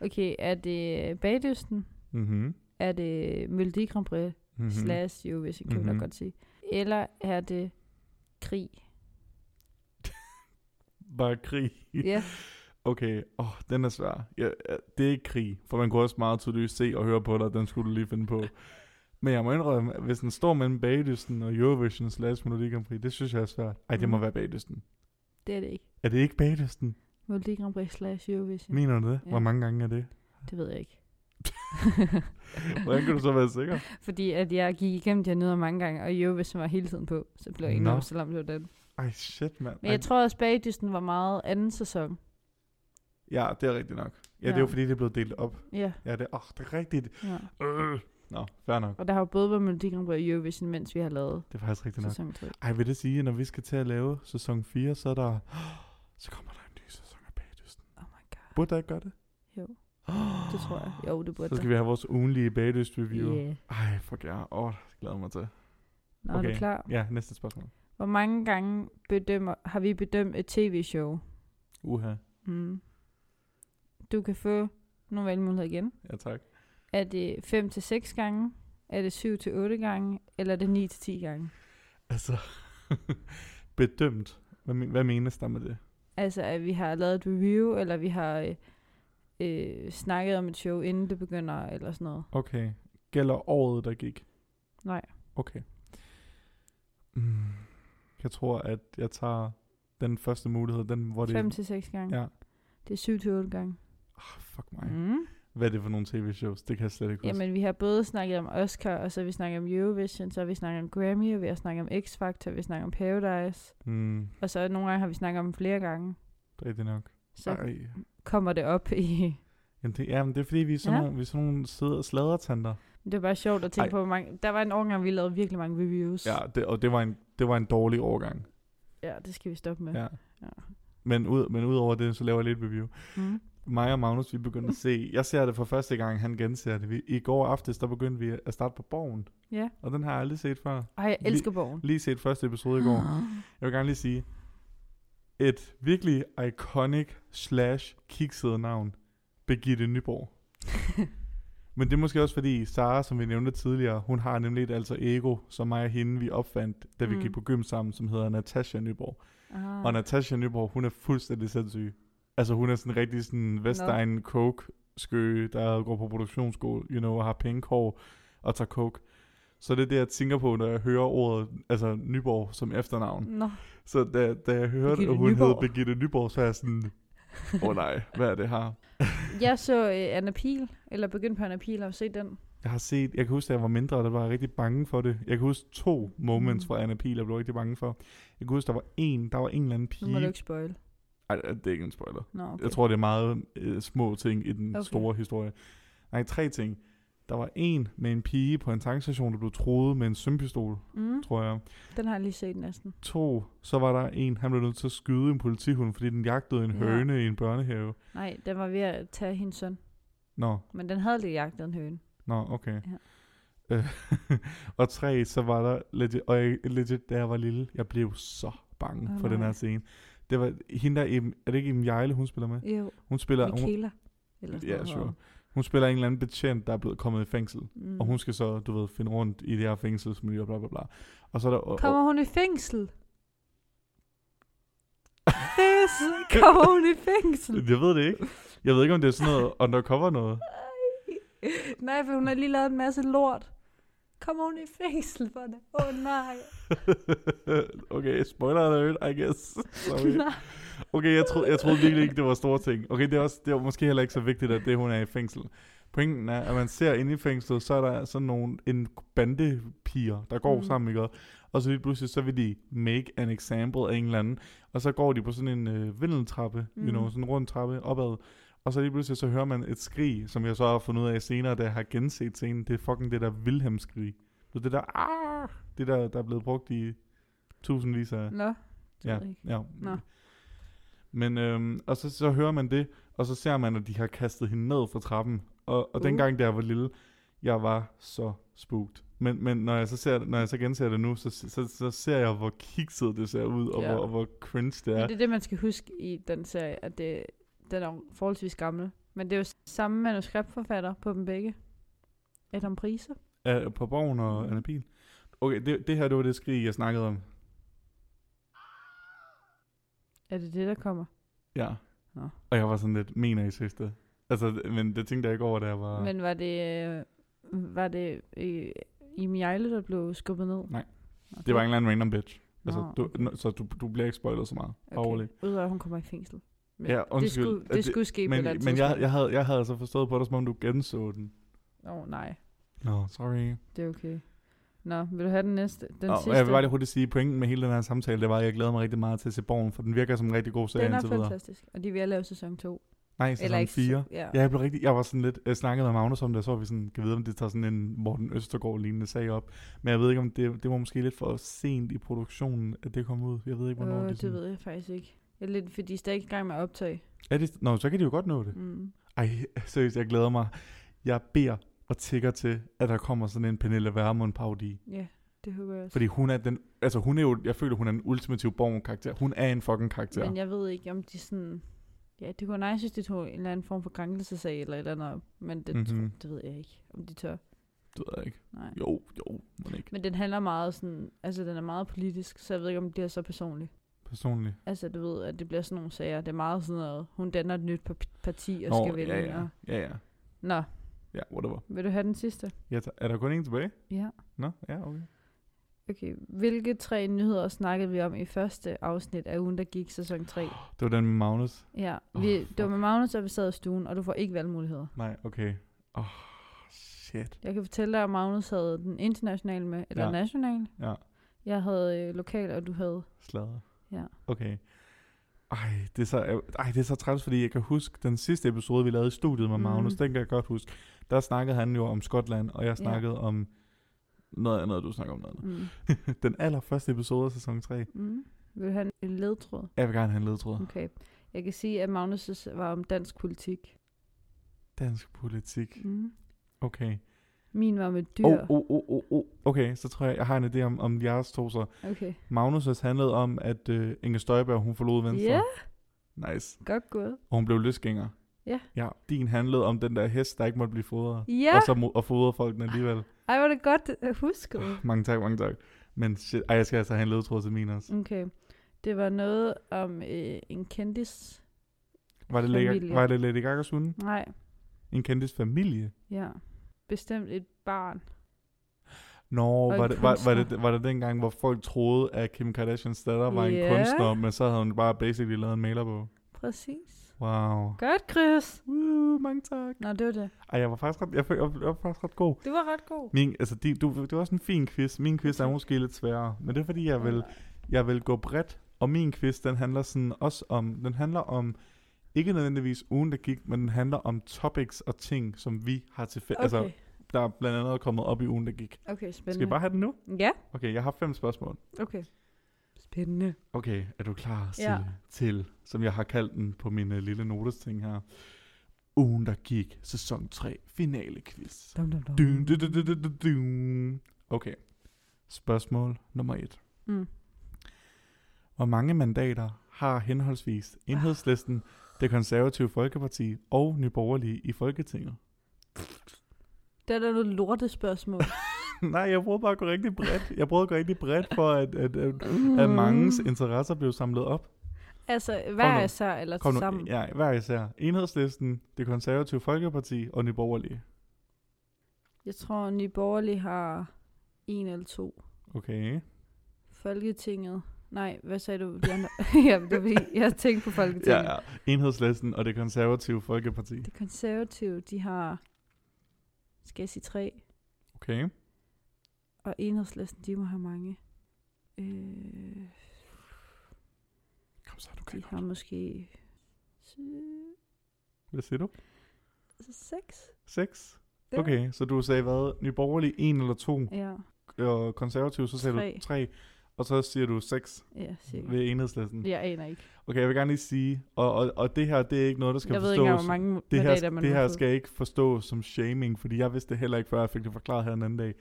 Speaker 2: okay, er det Bagdysten?
Speaker 3: mm-hmm.
Speaker 2: Er det Melodi Grand Prix?
Speaker 3: Mm-hmm.
Speaker 2: Mm-hmm. Slash Eurovision, kan mm-hmm. vi
Speaker 3: Mhm.
Speaker 2: nok godt sige. Eller er det krig?
Speaker 3: Bare krig.
Speaker 2: ja,
Speaker 3: Okay, åh, oh, den er svær. Ja, ja, det er ikke krig, for man kunne også meget tydeligt se og høre på dig, den skulle du lige finde på. Men jeg må indrømme, at hvis den står mellem bagdysten og Eurovision slash Melodi Grand Prix, det synes jeg er svært. Ej, det må
Speaker 2: Mm.
Speaker 3: være bagdysten.
Speaker 2: det er det ikke.
Speaker 3: Er det ikke bagdysten?
Speaker 2: Melodi Grand Prix slash Eurovision.
Speaker 3: Mener du det?
Speaker 2: Ja.
Speaker 3: Hvor mange gange er det?
Speaker 2: Det ved jeg ikke.
Speaker 3: Hvordan kan du så være sikker?
Speaker 2: Fordi at jeg gik igennem de her nyheder mange gange, og Eurovision var hele tiden på. Så blev jeg ikke
Speaker 3: Nå.
Speaker 2: noget, selvom det var den.
Speaker 3: Ej, shit, mand.
Speaker 2: Men jeg
Speaker 3: Ej,
Speaker 2: tror også, Bagdysten var meget anden sæson.
Speaker 3: Ja, det er rigtigt nok. Ja, det er
Speaker 2: Ja.
Speaker 3: jo fordi, det er blevet delt op.
Speaker 2: Ja,
Speaker 3: Ja, det, åh, det er rigtigt.
Speaker 2: ja.
Speaker 3: Øh. Nå, fair nok.
Speaker 2: Og der har jo både været Melodi Grand Prix og Eurovision, mens vi har lavet
Speaker 3: Det er faktisk rigtigt nok.
Speaker 2: sæson 3.
Speaker 3: Ej, vil det sige, at når vi skal til at lave sæson 4, så er der... Så kommer der en ny sæson af Bagdysten.
Speaker 2: Oh my god.
Speaker 3: Burde der ikke gøre det?
Speaker 2: Jo, det tror jeg. Jo, det burde
Speaker 3: Så skal vi have vores ugenlige bagdyst review. Yeah.
Speaker 2: Yeah.
Speaker 3: Ej, fuck ja. Åh, oh, det glæder jeg mig til.
Speaker 2: Nå, okay. er
Speaker 3: Okay.
Speaker 2: du klar?
Speaker 3: Ja, næste spørgsmål.
Speaker 2: Hvor mange gange bedømmer, har vi bedømt et tv-show?
Speaker 3: Uha.
Speaker 2: Mm. Du kan få nogle valgmuligheder igen.
Speaker 3: Ja, tak.
Speaker 2: Er det 5 til 6 gange? Er det 7 til 8 gange? Eller er det 9 til 10 gange?
Speaker 3: Altså, bedømt. Hvad, men, hvad menes der med det?
Speaker 2: Altså, at vi har lavet et review, eller vi har øh, øh, snakket om et show, inden det begynder, eller sådan noget.
Speaker 3: Okay. Gælder året, der gik?
Speaker 2: Nej.
Speaker 3: Okay. Mm. Jeg tror, at jeg tager den første mulighed, den hvor det...
Speaker 2: 5 til 6 gange.
Speaker 3: Ja.
Speaker 2: Det er 7 til 8 gange.
Speaker 3: Oh, fuck mig. Mm.
Speaker 2: Mm.
Speaker 3: Hvad er det for nogle tv-shows? Det kan jeg slet ikke huske.
Speaker 2: Jamen, vi har både snakket om Oscar, og så har vi snakket om Eurovision, så har vi snakket om Grammy, og vi har snakket om X-Factor, vi snakker om Paradise,
Speaker 3: Mm,
Speaker 2: og så nogle gange har vi snakket om dem flere gange.
Speaker 3: det er rigtigt nok.
Speaker 2: Så Ej.
Speaker 3: Ej.
Speaker 2: kommer det op i...
Speaker 3: Jamen det, jamen, det er fordi, vi er sådan,
Speaker 2: Ja.
Speaker 3: ja. nogle, vi er sådan nogle sidder sladertanter.
Speaker 2: Det var bare sjovt at tænke
Speaker 3: Ej.
Speaker 2: Ej. på, hvor mange... Der var en årgang, vi lavede virkelig mange reviews.
Speaker 3: Ja, det, og det var, en, det var en dårlig overgang.
Speaker 2: ja det skal vi stoppe med.
Speaker 3: Ja.
Speaker 2: Ja.
Speaker 3: Men, ud, men udover det, så laver jeg lidt review.
Speaker 2: Mm.
Speaker 3: Mig og Magnus, vi begyndte at se, jeg ser det for første gang, han genser det. Vi, I går aftes, der begyndte vi at starte på Borgen,
Speaker 2: ja.
Speaker 3: og den har jeg aldrig set før.
Speaker 2: Ej, jeg
Speaker 3: Vi-
Speaker 2: elsker bogen. Ah.
Speaker 3: Lige set første episode i går. Jeg vil gerne lige sige, et virkelig iconic slash kikset navn, Birgitte Nyborg. Men det er måske også fordi Sara, som vi nævnte tidligere, hun har nemlig et alter ego, som mig og hende vi opfandt, da vi
Speaker 2: Mm.
Speaker 3: mm. gik på gym sammen, som hedder Natasha Nyborg.
Speaker 2: Ah.
Speaker 3: Og Natasha Nyborg, hun er fuldstændig sindssyg. Altså hun er sådan rigtig sådan Vestegn no. coke skø der går på produktionsskole, you know, og har pengekorv og tager coke. Så det er det, jeg tænker på, når jeg hører ordet, altså Nyborg som efternavn.
Speaker 2: Nå.
Speaker 3: Så da, da jeg hørte,
Speaker 2: Birgitte
Speaker 3: at hun hed
Speaker 2: Nyborg.
Speaker 3: Birgitte Nyborg, så er jeg sådan, åh oh, nej, hvad er det her?
Speaker 2: Jeg så øh, Anna Pil, eller begyndte på Anna Pil, og se den.
Speaker 3: Jeg har set, jeg kan huske, da jeg var mindre, og der var jeg rigtig bange for det. Jeg kan huske to moments
Speaker 2: Mm.
Speaker 3: fra Anna Pihl, jeg blev rigtig bange for. Jeg kan huske, der var en, der var en eller anden
Speaker 2: Nu må du
Speaker 3: pige.
Speaker 2: ikke spoil.
Speaker 3: Ej, det er ikke en spoiler.
Speaker 2: Nå, okay.
Speaker 3: Jeg tror, det er meget øh, små ting i den
Speaker 2: Okay.
Speaker 3: okay. store historie. Nej, tre ting. Der var en med en pige på en tankstation, der blev troet med en sømpistol,
Speaker 2: Mm.
Speaker 3: tror jeg.
Speaker 2: Den har jeg lige set næsten.
Speaker 3: To, så var der en, han blev nødt til at skyde en politihund, fordi den jagtede en
Speaker 2: Ja.
Speaker 3: høne i en børnehave.
Speaker 2: Nej, den var ved at tage hendes søn.
Speaker 3: Nå,
Speaker 2: Men den havde lige jagtet en høne.
Speaker 3: Nå, okay. Ja. Øh, og tre, så var der legit, og jeg, legit, da jeg var lille, jeg blev så bange
Speaker 2: Åh,
Speaker 3: for den
Speaker 2: nej.
Speaker 3: her scene. Det var hende der, Eben, er det ikke Eben Jejle, hun spiller med?
Speaker 2: Jo,
Speaker 3: Hun spiller, hun,
Speaker 2: Michaela. Eller sådan
Speaker 3: Ja,
Speaker 2: noget
Speaker 3: sure.
Speaker 2: hedder den.
Speaker 3: hun spiller en eller anden betjent, der er blevet kommet i fængsel. Mm.
Speaker 2: Mm.
Speaker 3: Og hun skal så, du ved, finde rundt i det her fængselsmiljø, bla bla bla. Og så er der... Og,
Speaker 2: Kommer hun i fængsel? Fæs! Kommer hun i fængsel?
Speaker 3: jeg ved det ikke. Jeg ved ikke, om det er sådan noget undercover noget.
Speaker 2: Nej, for hun har lige lavet en masse lort. Kommer hun i fængsel for det? Åh oh, nej.
Speaker 3: okay, spoiler alert, I guess. Sorry.
Speaker 2: nej.
Speaker 3: Okay, jeg, tro, jeg troede virkelig ikke, det var store ting. Okay, det er, også, det er måske heller ikke så vigtigt, at det hun er i fængsel. Pointen er, at man ser inde i fængslet, så er der sådan nogle, en bandepiger, der går
Speaker 2: Mm.
Speaker 3: mm. sammen, ikke? Og så lige pludselig, så vil de make an example af en eller anden. Og så går de på sådan en øh, vindeltrappe, mm.
Speaker 2: Mm.
Speaker 3: you know, sådan en rund trappe opad. Og så lige pludselig, så hører man et skrig, som jeg så har fundet ud af senere, da jeg har genset scenen. Det er fucking det der Wilhelm-skrig. Det er det der, ah, det der, der er blevet brugt i tusindvis af...
Speaker 2: Nå, det
Speaker 3: Ja,
Speaker 2: ved jeg ikke.
Speaker 3: ja.
Speaker 2: Nå.
Speaker 3: Men, øhm, og så, så hører man det, og så ser man, at de har kastet hende ned fra trappen. Og, og
Speaker 2: Uh.
Speaker 3: uh. dengang, da jeg var lille, Jeg var så spugt. Men, men når, jeg så ser, når jeg så genser det nu, så, så, så ser jeg, hvor kikset det ser ud, og,
Speaker 2: Ja.
Speaker 3: hvor, og hvor cringe det
Speaker 2: Men
Speaker 3: er.
Speaker 2: det er det, man skal huske i den serie, at det, den er forholdsvis gammel. Men det er jo samme manuskriptforfatter på dem begge. Adam Priser.
Speaker 3: Er, på borgen
Speaker 2: Mm.
Speaker 3: og Anna Pil. Okay, det, det her, det var det skrig, jeg snakkede om.
Speaker 2: Er det det, der kommer?
Speaker 3: Ja.
Speaker 2: Nå.
Speaker 3: Og jeg var sådan lidt, mener I seriøst det? Altså, men det tænkte jeg ikke over, da jeg var...
Speaker 2: Ja. Men var det, øh, var det øh, i Mjejle, der blev skubbet ned?
Speaker 3: Nej.
Speaker 2: Nå,
Speaker 3: Det var en eller anden random bitch. Altså,
Speaker 2: Nå,
Speaker 3: du,
Speaker 2: okay.
Speaker 3: nå, så du, du bliver ikke spoilet så meget. Bare rolig.
Speaker 2: Udover at hun kommer i fængsel. Men
Speaker 3: Ja,
Speaker 2: det
Speaker 3: undskyld.
Speaker 2: skulle,
Speaker 3: At
Speaker 2: det
Speaker 3: det-
Speaker 2: skulle ske på et
Speaker 3: Men,
Speaker 2: eller andet
Speaker 3: men jeg,
Speaker 2: tidspunkt.
Speaker 3: jeg, havde, jeg havde altså forstået på dig, som om du genså den.
Speaker 2: Åh, oh, nej.
Speaker 3: Nå, sorry.
Speaker 2: Det er okay. Nå, vil du have den næste? Den
Speaker 3: Den og
Speaker 2: sidste?
Speaker 3: jeg vil bare lige hurtigt sige, pointen med hele den her samtale, det var, at jeg glæder mig rigtig meget til at se Borgen, for den virker som en rigtig god serie
Speaker 2: den er
Speaker 3: indtil videre.
Speaker 2: fantastisk. Og de vil lave sæson 2.
Speaker 3: Nej, sæson 4.
Speaker 2: Ja.
Speaker 3: Ja, jeg blev rigtig, jeg var sådan lidt, jeg snakkede med Magnus om det, og så var vi sådan, kan vide, om det tager sådan en Morten Østergaard-lignende sag op. Men jeg ved ikke, om det, det var måske lidt for sent i produktionen, at det kom ud. Jeg ved ikke, hvornår
Speaker 2: Åh,
Speaker 3: øh,
Speaker 2: det,
Speaker 3: det
Speaker 2: ved jeg faktisk ikke. Jeg er lidt, fordi de er stadig i gang med at optage.
Speaker 3: Er det, nå, så kan de jo godt nå det.
Speaker 2: Mm.
Speaker 3: Ej, seriøst, jeg glæder mig. Jeg beder og tigger til, at der kommer sådan en Pernille vermund parodi
Speaker 2: Ja, det håber jeg også.
Speaker 3: Fordi hun er den, altså hun er jo, jeg føler, hun er den ultimative Borgen-karakter. Hun er en fucking karakter.
Speaker 2: Men jeg ved ikke, om de sådan... Ja, det kunne være nice, hvis de tog en eller anden form for krænkelsesag eller et eller andet op. Men det,
Speaker 3: Mhm.
Speaker 2: mm-hmm. det ved jeg ikke, om de tør.
Speaker 3: Det ved jeg ikke.
Speaker 2: Nej.
Speaker 3: Jo, jo, men ikke.
Speaker 2: Men den handler meget sådan... Altså, den er meget politisk, så jeg ved ikke, om det bliver så personligt.
Speaker 3: Personligt.
Speaker 2: Altså, du ved, at det bliver sådan nogle sager. Det er meget sådan noget, hun danner et nyt pa- parti og skal vælge.
Speaker 3: ja, ja,
Speaker 2: og-
Speaker 3: ja, ja.
Speaker 2: Nå,
Speaker 3: Ja, whatever.
Speaker 2: vil du have den sidste?
Speaker 3: Ja, ta- er der kun en tilbage?
Speaker 2: Ja.
Speaker 3: Nå, ja, okay.
Speaker 2: Okay, hvilke tre nyheder snakkede vi om i første afsnit af ugen, der gik sæson 3?
Speaker 3: Det var den med Magnus.
Speaker 2: Ja,
Speaker 3: Åh,
Speaker 2: vi, det var
Speaker 3: fuck.
Speaker 2: med Magnus, og vi sad i stuen, og du får ikke valgmuligheder.
Speaker 3: Nej, okay. Åh, oh, shit.
Speaker 2: Jeg kan fortælle dig, at Magnus havde den internationale med, eller
Speaker 3: Ja.
Speaker 2: ja. nationale.
Speaker 3: Ja.
Speaker 2: Jeg havde øh, lokal, og du havde...
Speaker 3: Slader.
Speaker 2: Ja.
Speaker 3: Okay. Ej, det er så, øh, ej, det er så træls, fordi jeg kan huske den sidste episode, vi lavede i studiet med
Speaker 2: Mm.
Speaker 3: Magnus, den kan jeg godt huske. Der snakkede han jo om Skotland, og jeg
Speaker 2: Ja.
Speaker 3: snakkede om noget andet, og du snakker om noget andet.
Speaker 2: Mm.
Speaker 3: Den allerførste episode af sæson 3.
Speaker 2: Mm. Vil du have en- en ledtråd?
Speaker 3: Jeg vil gerne have en ledtråd.
Speaker 2: Okay. Jeg kan sige, at Magnus' var om dansk politik.
Speaker 3: Dansk politik.
Speaker 2: Mm.
Speaker 3: Okay.
Speaker 2: Min var med dyr.
Speaker 3: Oh, oh, oh, oh, oh. Okay, så tror jeg, jeg har en idé om, om jeres to så.
Speaker 2: Okay.
Speaker 3: Magnus' handlede om, at øh, Inger Støjberg, hun forlod Venstre.
Speaker 2: Ja,
Speaker 3: Nice.
Speaker 2: godt gået.
Speaker 3: Og hun blev løsgænger.
Speaker 2: Ja.
Speaker 3: Ja, din handlede om den der hest, der ikke måtte blive fodret.
Speaker 2: Ja,
Speaker 3: Og så mo- og fodre folkene alligevel.
Speaker 2: ej, var det godt øh, husket.
Speaker 3: Oh, mange tak, mange tak. Men shit, ej, jeg skal altså have en ledtråd til min også.
Speaker 2: Okay. Det var noget om øh, en kendis.
Speaker 3: Var det, Lady,
Speaker 2: Familie.
Speaker 3: var det Lady Gagas hunde?
Speaker 2: Nej,
Speaker 3: En kendis familie?
Speaker 2: ja. Bestemt et barn.
Speaker 3: Nå,
Speaker 2: en
Speaker 3: var det, var, var,
Speaker 2: kunstner.
Speaker 3: det, var det dengang, hvor folk troede, at Kim Kardashians datter var
Speaker 2: Ja.
Speaker 3: en kunstner, men så havde hun bare basically lavet en malerbog.
Speaker 2: Præcis.
Speaker 3: Wow.
Speaker 2: Godt, Chris.
Speaker 3: Woo, mange tak.
Speaker 2: Nå, det var det.
Speaker 3: Ej, jeg var faktisk ret, jeg, føl- jeg, jeg var faktisk ret god.
Speaker 2: Det var ret god.
Speaker 3: Min, altså, de, du, det var også en fin quiz. Min quiz er måske lidt sværere, men det er fordi, jeg vil, jeg vil gå bredt. Og min quiz, den handler sådan også om, den handler om, ikke nødvendigvis ugen, der gik, men den handler om topics og ting, som vi har til fælles.
Speaker 2: Okay,
Speaker 3: Altså, der er blandt andet er kommet op i ugen, der gik.
Speaker 2: okay spændende.
Speaker 3: Skal vi bare have den nu?
Speaker 2: Ja,
Speaker 3: Okay, jeg har fem spørgsmål.
Speaker 2: okay. Spændende.
Speaker 3: Okay, er du klar til,
Speaker 2: Ja.
Speaker 3: til som jeg har kaldt den på min uh, lille notesting her? Ugen, der gik, sæson 3, finale quiz.
Speaker 2: Dum, dum, dum.
Speaker 3: Dun, dun, dun, dun, dun, dun, dun. Okay, spørgsmål nummer et.
Speaker 2: Mm.
Speaker 3: Hvor mange mandater har henholdsvis enhedslisten, det konservative Folkeparti og Nyborgerlige i Folketinget?
Speaker 2: Det er da noget lortespørgsmål.
Speaker 3: Nej, jeg prøvede bare at gå rigtig bredt. Jeg prøvede at gå rigtig bredt for, at, at, at, at mangens interesser blev samlet op.
Speaker 2: altså,
Speaker 3: Kom nu.
Speaker 2: hver især eller
Speaker 3: Kom nu,
Speaker 2: Altså sammen.
Speaker 3: ja, hver især. Enhedslisten, det konservative Folkeparti og Nye Borgerlige.
Speaker 2: Jeg tror, Nye Borgerlige har en eller to.
Speaker 3: Okay.
Speaker 2: Folketinget. Nej, hvad sagde du? De andre? ja, det var, fordi, jeg tænkte på Folketinget.
Speaker 3: Ja, ja. Enhedslisten og det konservative Folkeparti.
Speaker 2: Det konservative, de har, skal jeg sige tre,
Speaker 3: Okay.
Speaker 2: og enhedslisten, de må have mange. Øh,
Speaker 3: Kom så, du kan
Speaker 2: de
Speaker 3: godt.
Speaker 2: har måske sy-
Speaker 3: Hvad siger du?
Speaker 2: altså seks.
Speaker 3: Seks?
Speaker 2: Ja.
Speaker 3: Okay, så du sagde hvad? Nye Borgerlige, en eller to,
Speaker 2: Ja,
Speaker 3: og konservative, så sagde du
Speaker 2: Tre.
Speaker 3: tre. og så siger du 6
Speaker 2: Ja, sikkert.
Speaker 3: ved enhedslisten.
Speaker 2: Jeg aner ikke.
Speaker 3: Okay, jeg vil gerne lige sige, og, og, og det her, det er ikke noget, der skal
Speaker 2: Jeg ved
Speaker 3: forstås.
Speaker 2: ikke engang, hvor mange
Speaker 3: det her,
Speaker 2: mandater man
Speaker 3: det
Speaker 2: har
Speaker 3: her
Speaker 2: fået.
Speaker 3: skal ikke forstås som shaming, fordi jeg vidste det heller ikke, før jeg fik det forklaret her den anden dag.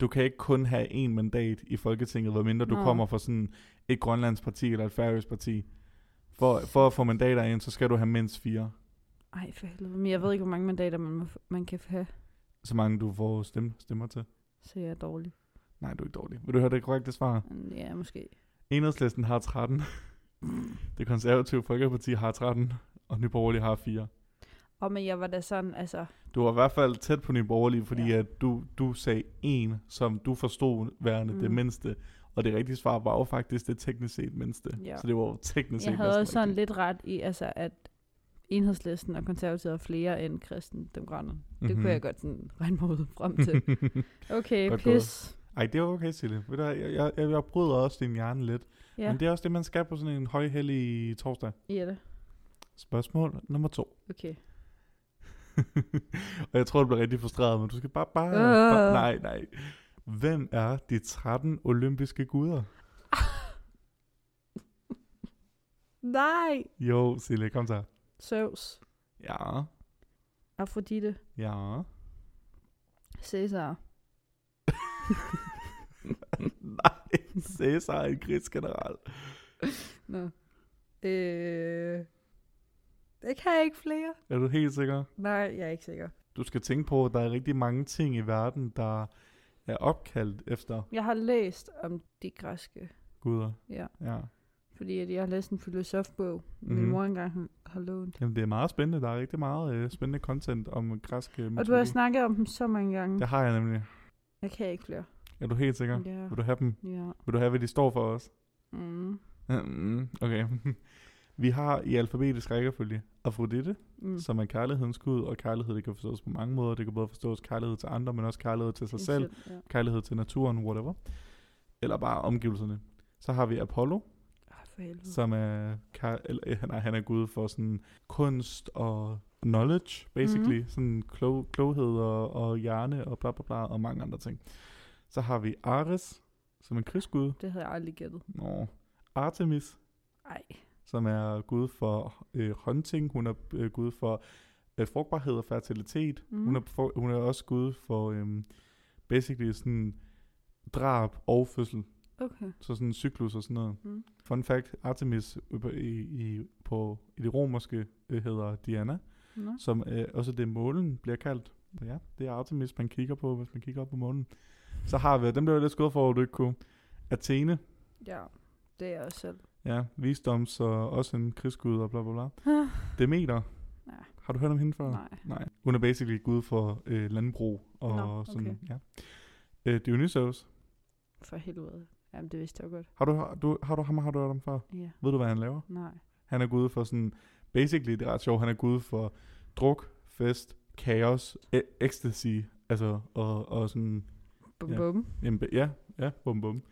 Speaker 3: Du kan ikke kun have en mandat i Folketinget, hvor mindre du
Speaker 2: Nå.
Speaker 3: kommer fra sådan et Grønlands parti eller et Færøs parti. For, for at få mandater ind, så skal du have mindst fire,
Speaker 2: Ej, for helvede. Men jeg ved ikke, hvor mange mandater man, må, f- man kan have.
Speaker 3: så mange du får stemme, stemmer til.
Speaker 2: Så jeg er dårlig.
Speaker 3: Nej, du er ikke dårlig. Vil du høre det korrekte svar?
Speaker 2: Men Ja, måske.
Speaker 3: Enhedslisten har 13. Det konservative Folkeparti har 13, og Nye Borgerlige har 4.
Speaker 2: Og men jeg var da sådan, altså...
Speaker 3: Du var i hvert fald tæt på Nye Borgerlige, fordi
Speaker 2: Ja.
Speaker 3: ja. at du, du sagde en, som du forstod værende mm. det
Speaker 2: Mm.
Speaker 3: mindste. Og det rigtige svar var jo faktisk det teknisk set mindste.
Speaker 2: Ja.
Speaker 3: Så det var jo teknisk set
Speaker 2: Jeg havde også
Speaker 3: næsten
Speaker 2: sådan
Speaker 3: rigtigt.
Speaker 2: lidt ret i, altså, at enhedslisten og konservative er flere end kristendemokraterne. Det
Speaker 3: Mhm.
Speaker 2: kunne jeg godt sådan regne mig ud frem til. Okay,
Speaker 3: Godt gået.
Speaker 2: pis.
Speaker 3: Mhm. Ej, det var okay, Sille. Ved du, hvad, jeg, jeg, jeg, jeg bryder også din hjerne lidt. Ja.
Speaker 2: Ja,
Speaker 3: Men det er også det, man skal på sådan en højhellig torsdag.
Speaker 2: I er det.
Speaker 3: Spørgsmål nummer to.
Speaker 2: Okay.
Speaker 3: og jeg tror, du bliver rigtig frustreret, men du skal bare... bare,
Speaker 2: Øh.
Speaker 3: bare nej, nej. Hvem er de 13 olympiske guder?
Speaker 2: Nej!
Speaker 3: Jo, Sille, kom så.
Speaker 2: Zeus,
Speaker 3: Ja,
Speaker 2: Afrodite,
Speaker 3: ja.
Speaker 2: Cæsar.
Speaker 3: Nej, Cæsar er en krigsgeneral.
Speaker 2: Nå. Øh... Det kan jeg ikke flere.
Speaker 3: Er du helt sikker?
Speaker 2: Nej, jeg er ikke sikker.
Speaker 3: Du skal tænke på, at der er rigtig mange ting i verden, der er opkaldt efter
Speaker 2: Jeg har læst om de græske,
Speaker 3: guder.
Speaker 2: ja.
Speaker 3: Ja.
Speaker 2: Fordi at jeg har læst en filosofbog, mm-hmm.
Speaker 3: Mhm.
Speaker 2: min mor engang har, har lånt.
Speaker 3: Jamen, det er meget spændende. Der er rigtig meget øh, spændende content om græsk øh,
Speaker 2: Og du har
Speaker 3: mytologi.
Speaker 2: snakket om dem så mange gange.
Speaker 3: Det har jeg nemlig.
Speaker 2: Jeg kan ikke flere.
Speaker 3: Er du helt sikker?
Speaker 2: Ja.
Speaker 3: Vil du have dem?
Speaker 2: ja.
Speaker 3: Vil du have, hvad de står for os?
Speaker 2: Mm.
Speaker 3: Mm, okay. Vi har i alfabetisk rækkefølge Afrodite,
Speaker 2: Mm.
Speaker 3: mm. som er kærlighedens gud, og kærlighed det kan forstås på mange måder. Det kan både forstås kærlighed til andre, men også kærlighed til sig selv.
Speaker 2: Ja.
Speaker 3: kærlighed til naturen, whatever. Eller bare omgivelserne. Så har vi Apollo,
Speaker 2: Ej, for helvede.
Speaker 3: som er, kar- eller, øh, nej, han er gud for sådan kunst og knowledge, basically. Mm-hmm. Sådan klog- kloghed og, og hjerne og bla bla bla og mange andre ting. Så har vi Ares, som er krigsgud.
Speaker 2: Det havde jeg aldrig gættet.
Speaker 3: Nå. Artemis,
Speaker 2: Ej.
Speaker 3: som er gud for øh, hunting. Hun er øh, gud for øh, frugtbarhed og fertilitet. Mm. Hun, er, for, hun er også gud for øhm, basically sådan drab og fødsel.
Speaker 2: Okay.
Speaker 3: Så sådan en cyklus og sådan noget.
Speaker 2: Mm.
Speaker 3: Fun fact, Artemis på- i, i, på, i det romerske øh, hedder Diana,
Speaker 2: Nå.
Speaker 3: som øh, også det målen bliver kaldt. Ja, det er Artemis, man kigger på, hvis man kigger op på månen. Så har vi, dem blev jeg lidt skuffet over, at du ikke kunne. Athene,
Speaker 2: Ja, det er jeg også selv.
Speaker 3: ja, visdoms og også en krigsgud og bla bla bla.
Speaker 2: Ah,
Speaker 3: Demeter,
Speaker 2: Ja.
Speaker 3: har du hørt om hende før?
Speaker 2: Nej.
Speaker 3: Nej. Hun er basically gud for øh, landbrug og
Speaker 2: Nå,
Speaker 3: sådan,
Speaker 2: okay.
Speaker 3: ja. Øh, Dionysos,
Speaker 2: For helvede. Jamen, det vidste jeg jo godt.
Speaker 3: har du, har du, har du ham, har du hørt om før?
Speaker 2: Ja,
Speaker 3: Ved du, hvad han laver?
Speaker 2: nej.
Speaker 3: Han er gud for sådan, basically, det er ret sjovt, han er gud for druk, fest, kaos, e- ecstasy, altså, og, og sådan,
Speaker 2: Bum,
Speaker 3: Ja.
Speaker 2: bum.
Speaker 3: en, ja, ja, bum bum.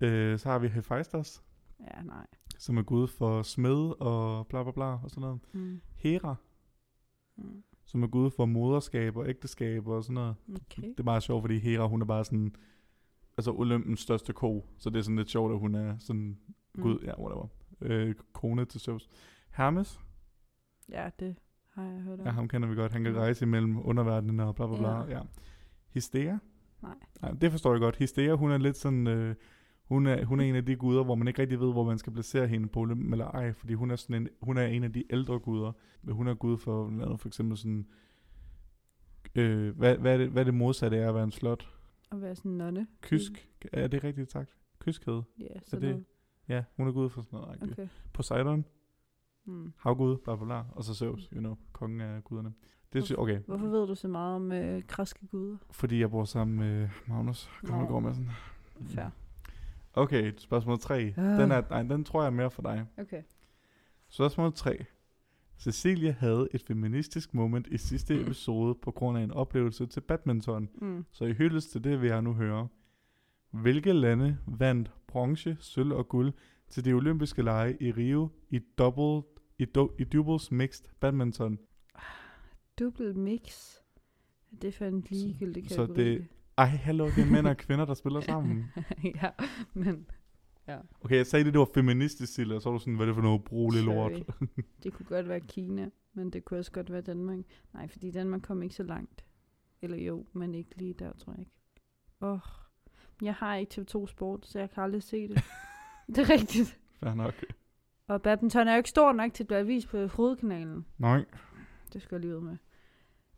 Speaker 3: Øh, så har vi Hephaistos,
Speaker 2: Ja, nej.
Speaker 3: som er gud for smed og bla bla bla og sådan noget.
Speaker 2: Mm.
Speaker 3: Hera,
Speaker 2: Mm.
Speaker 3: som er gud for moderskab og ægteskab og sådan noget.
Speaker 2: Okay.
Speaker 3: Det er meget sjovt, fordi Hera, hun er bare sådan, altså Olympens største ko, så det er sådan lidt sjovt, at hun er sådan gud,
Speaker 2: Mm.
Speaker 3: ja, whatever, øh, kone til Zeus. Hermes,
Speaker 2: Ja, det har jeg hørt om.
Speaker 3: Ja, ham kender vi godt. Han kan
Speaker 2: Mm.
Speaker 3: rejse imellem underverdenen og bla bla bla.
Speaker 2: Ja.
Speaker 3: Ja. Hystea?
Speaker 2: Nej.
Speaker 3: Nej, det forstår jeg godt. Hystea, hun er lidt sådan... Øh, hun, er, hun er en af de guder, hvor man ikke rigtig ved, hvor man skal placere hende på Olympen eller ej, fordi hun er, sådan en, hun er en af de ældre guder. Men hun er gud for blandt andet for eksempel sådan... Øh, hvad, hvad, er det, hvad er det modsatte er at være en slot?
Speaker 2: At være sådan en nonne.
Speaker 3: Kysk? Er det rigtigt sagt? Kyskhed?
Speaker 2: Ja, sådan
Speaker 3: det-
Speaker 2: noget.
Speaker 3: Ja, hun er gud for sådan noget. Okay.
Speaker 2: Okay.
Speaker 3: Poseidon,
Speaker 2: Mm.
Speaker 3: havgud, bla bla bla, og så Zeus, you know, kongen af guderne. Det sy- okay.
Speaker 2: Hvorfor ved du så meget om øh, græske guder?
Speaker 3: Fordi jeg bor sammen med Magnus Krammergaard Madsen.
Speaker 2: Fair.
Speaker 3: Okay, spørgsmål 3. Øh. Den, er, nej, den tror jeg er mere for dig.
Speaker 2: Okay.
Speaker 3: Spørgsmål 3. Cecilia havde et feministisk moment i sidste episode på grund af en oplevelse til badminton.
Speaker 2: Mm.
Speaker 3: Så i hyldest til det vil jeg nu høre. Hvilke lande vandt bronze, sølv og guld til de olympiske lege i Rio i double, i, do, i doubles mixed badminton?
Speaker 2: Double mix. Det er for en ligegyldig
Speaker 3: så
Speaker 2: kategori.
Speaker 3: det- Ej, hallo, det er mænd og kvinder, der spiller sammen.
Speaker 2: ja, men Ja.
Speaker 3: Okay, jeg sagde det, det var feministisk, Silla, og så var du sådan, hvad er det for noget brugelig lort?
Speaker 2: Sorry. Det kunne godt være Kina, men det kunne også godt være Danmark. Nej, fordi Danmark kom ikke så langt. Eller jo, men ikke lige der, tror jeg ikke. Åh, oh. jeg har ikke TV2 Sport, så jeg kan aldrig se det. det er rigtigt.
Speaker 3: Fair nok.
Speaker 2: Og badminton er jo ikke stor nok til at blive vist på hovedkanalen.
Speaker 3: Nej.
Speaker 2: Det skal jeg lige ud med.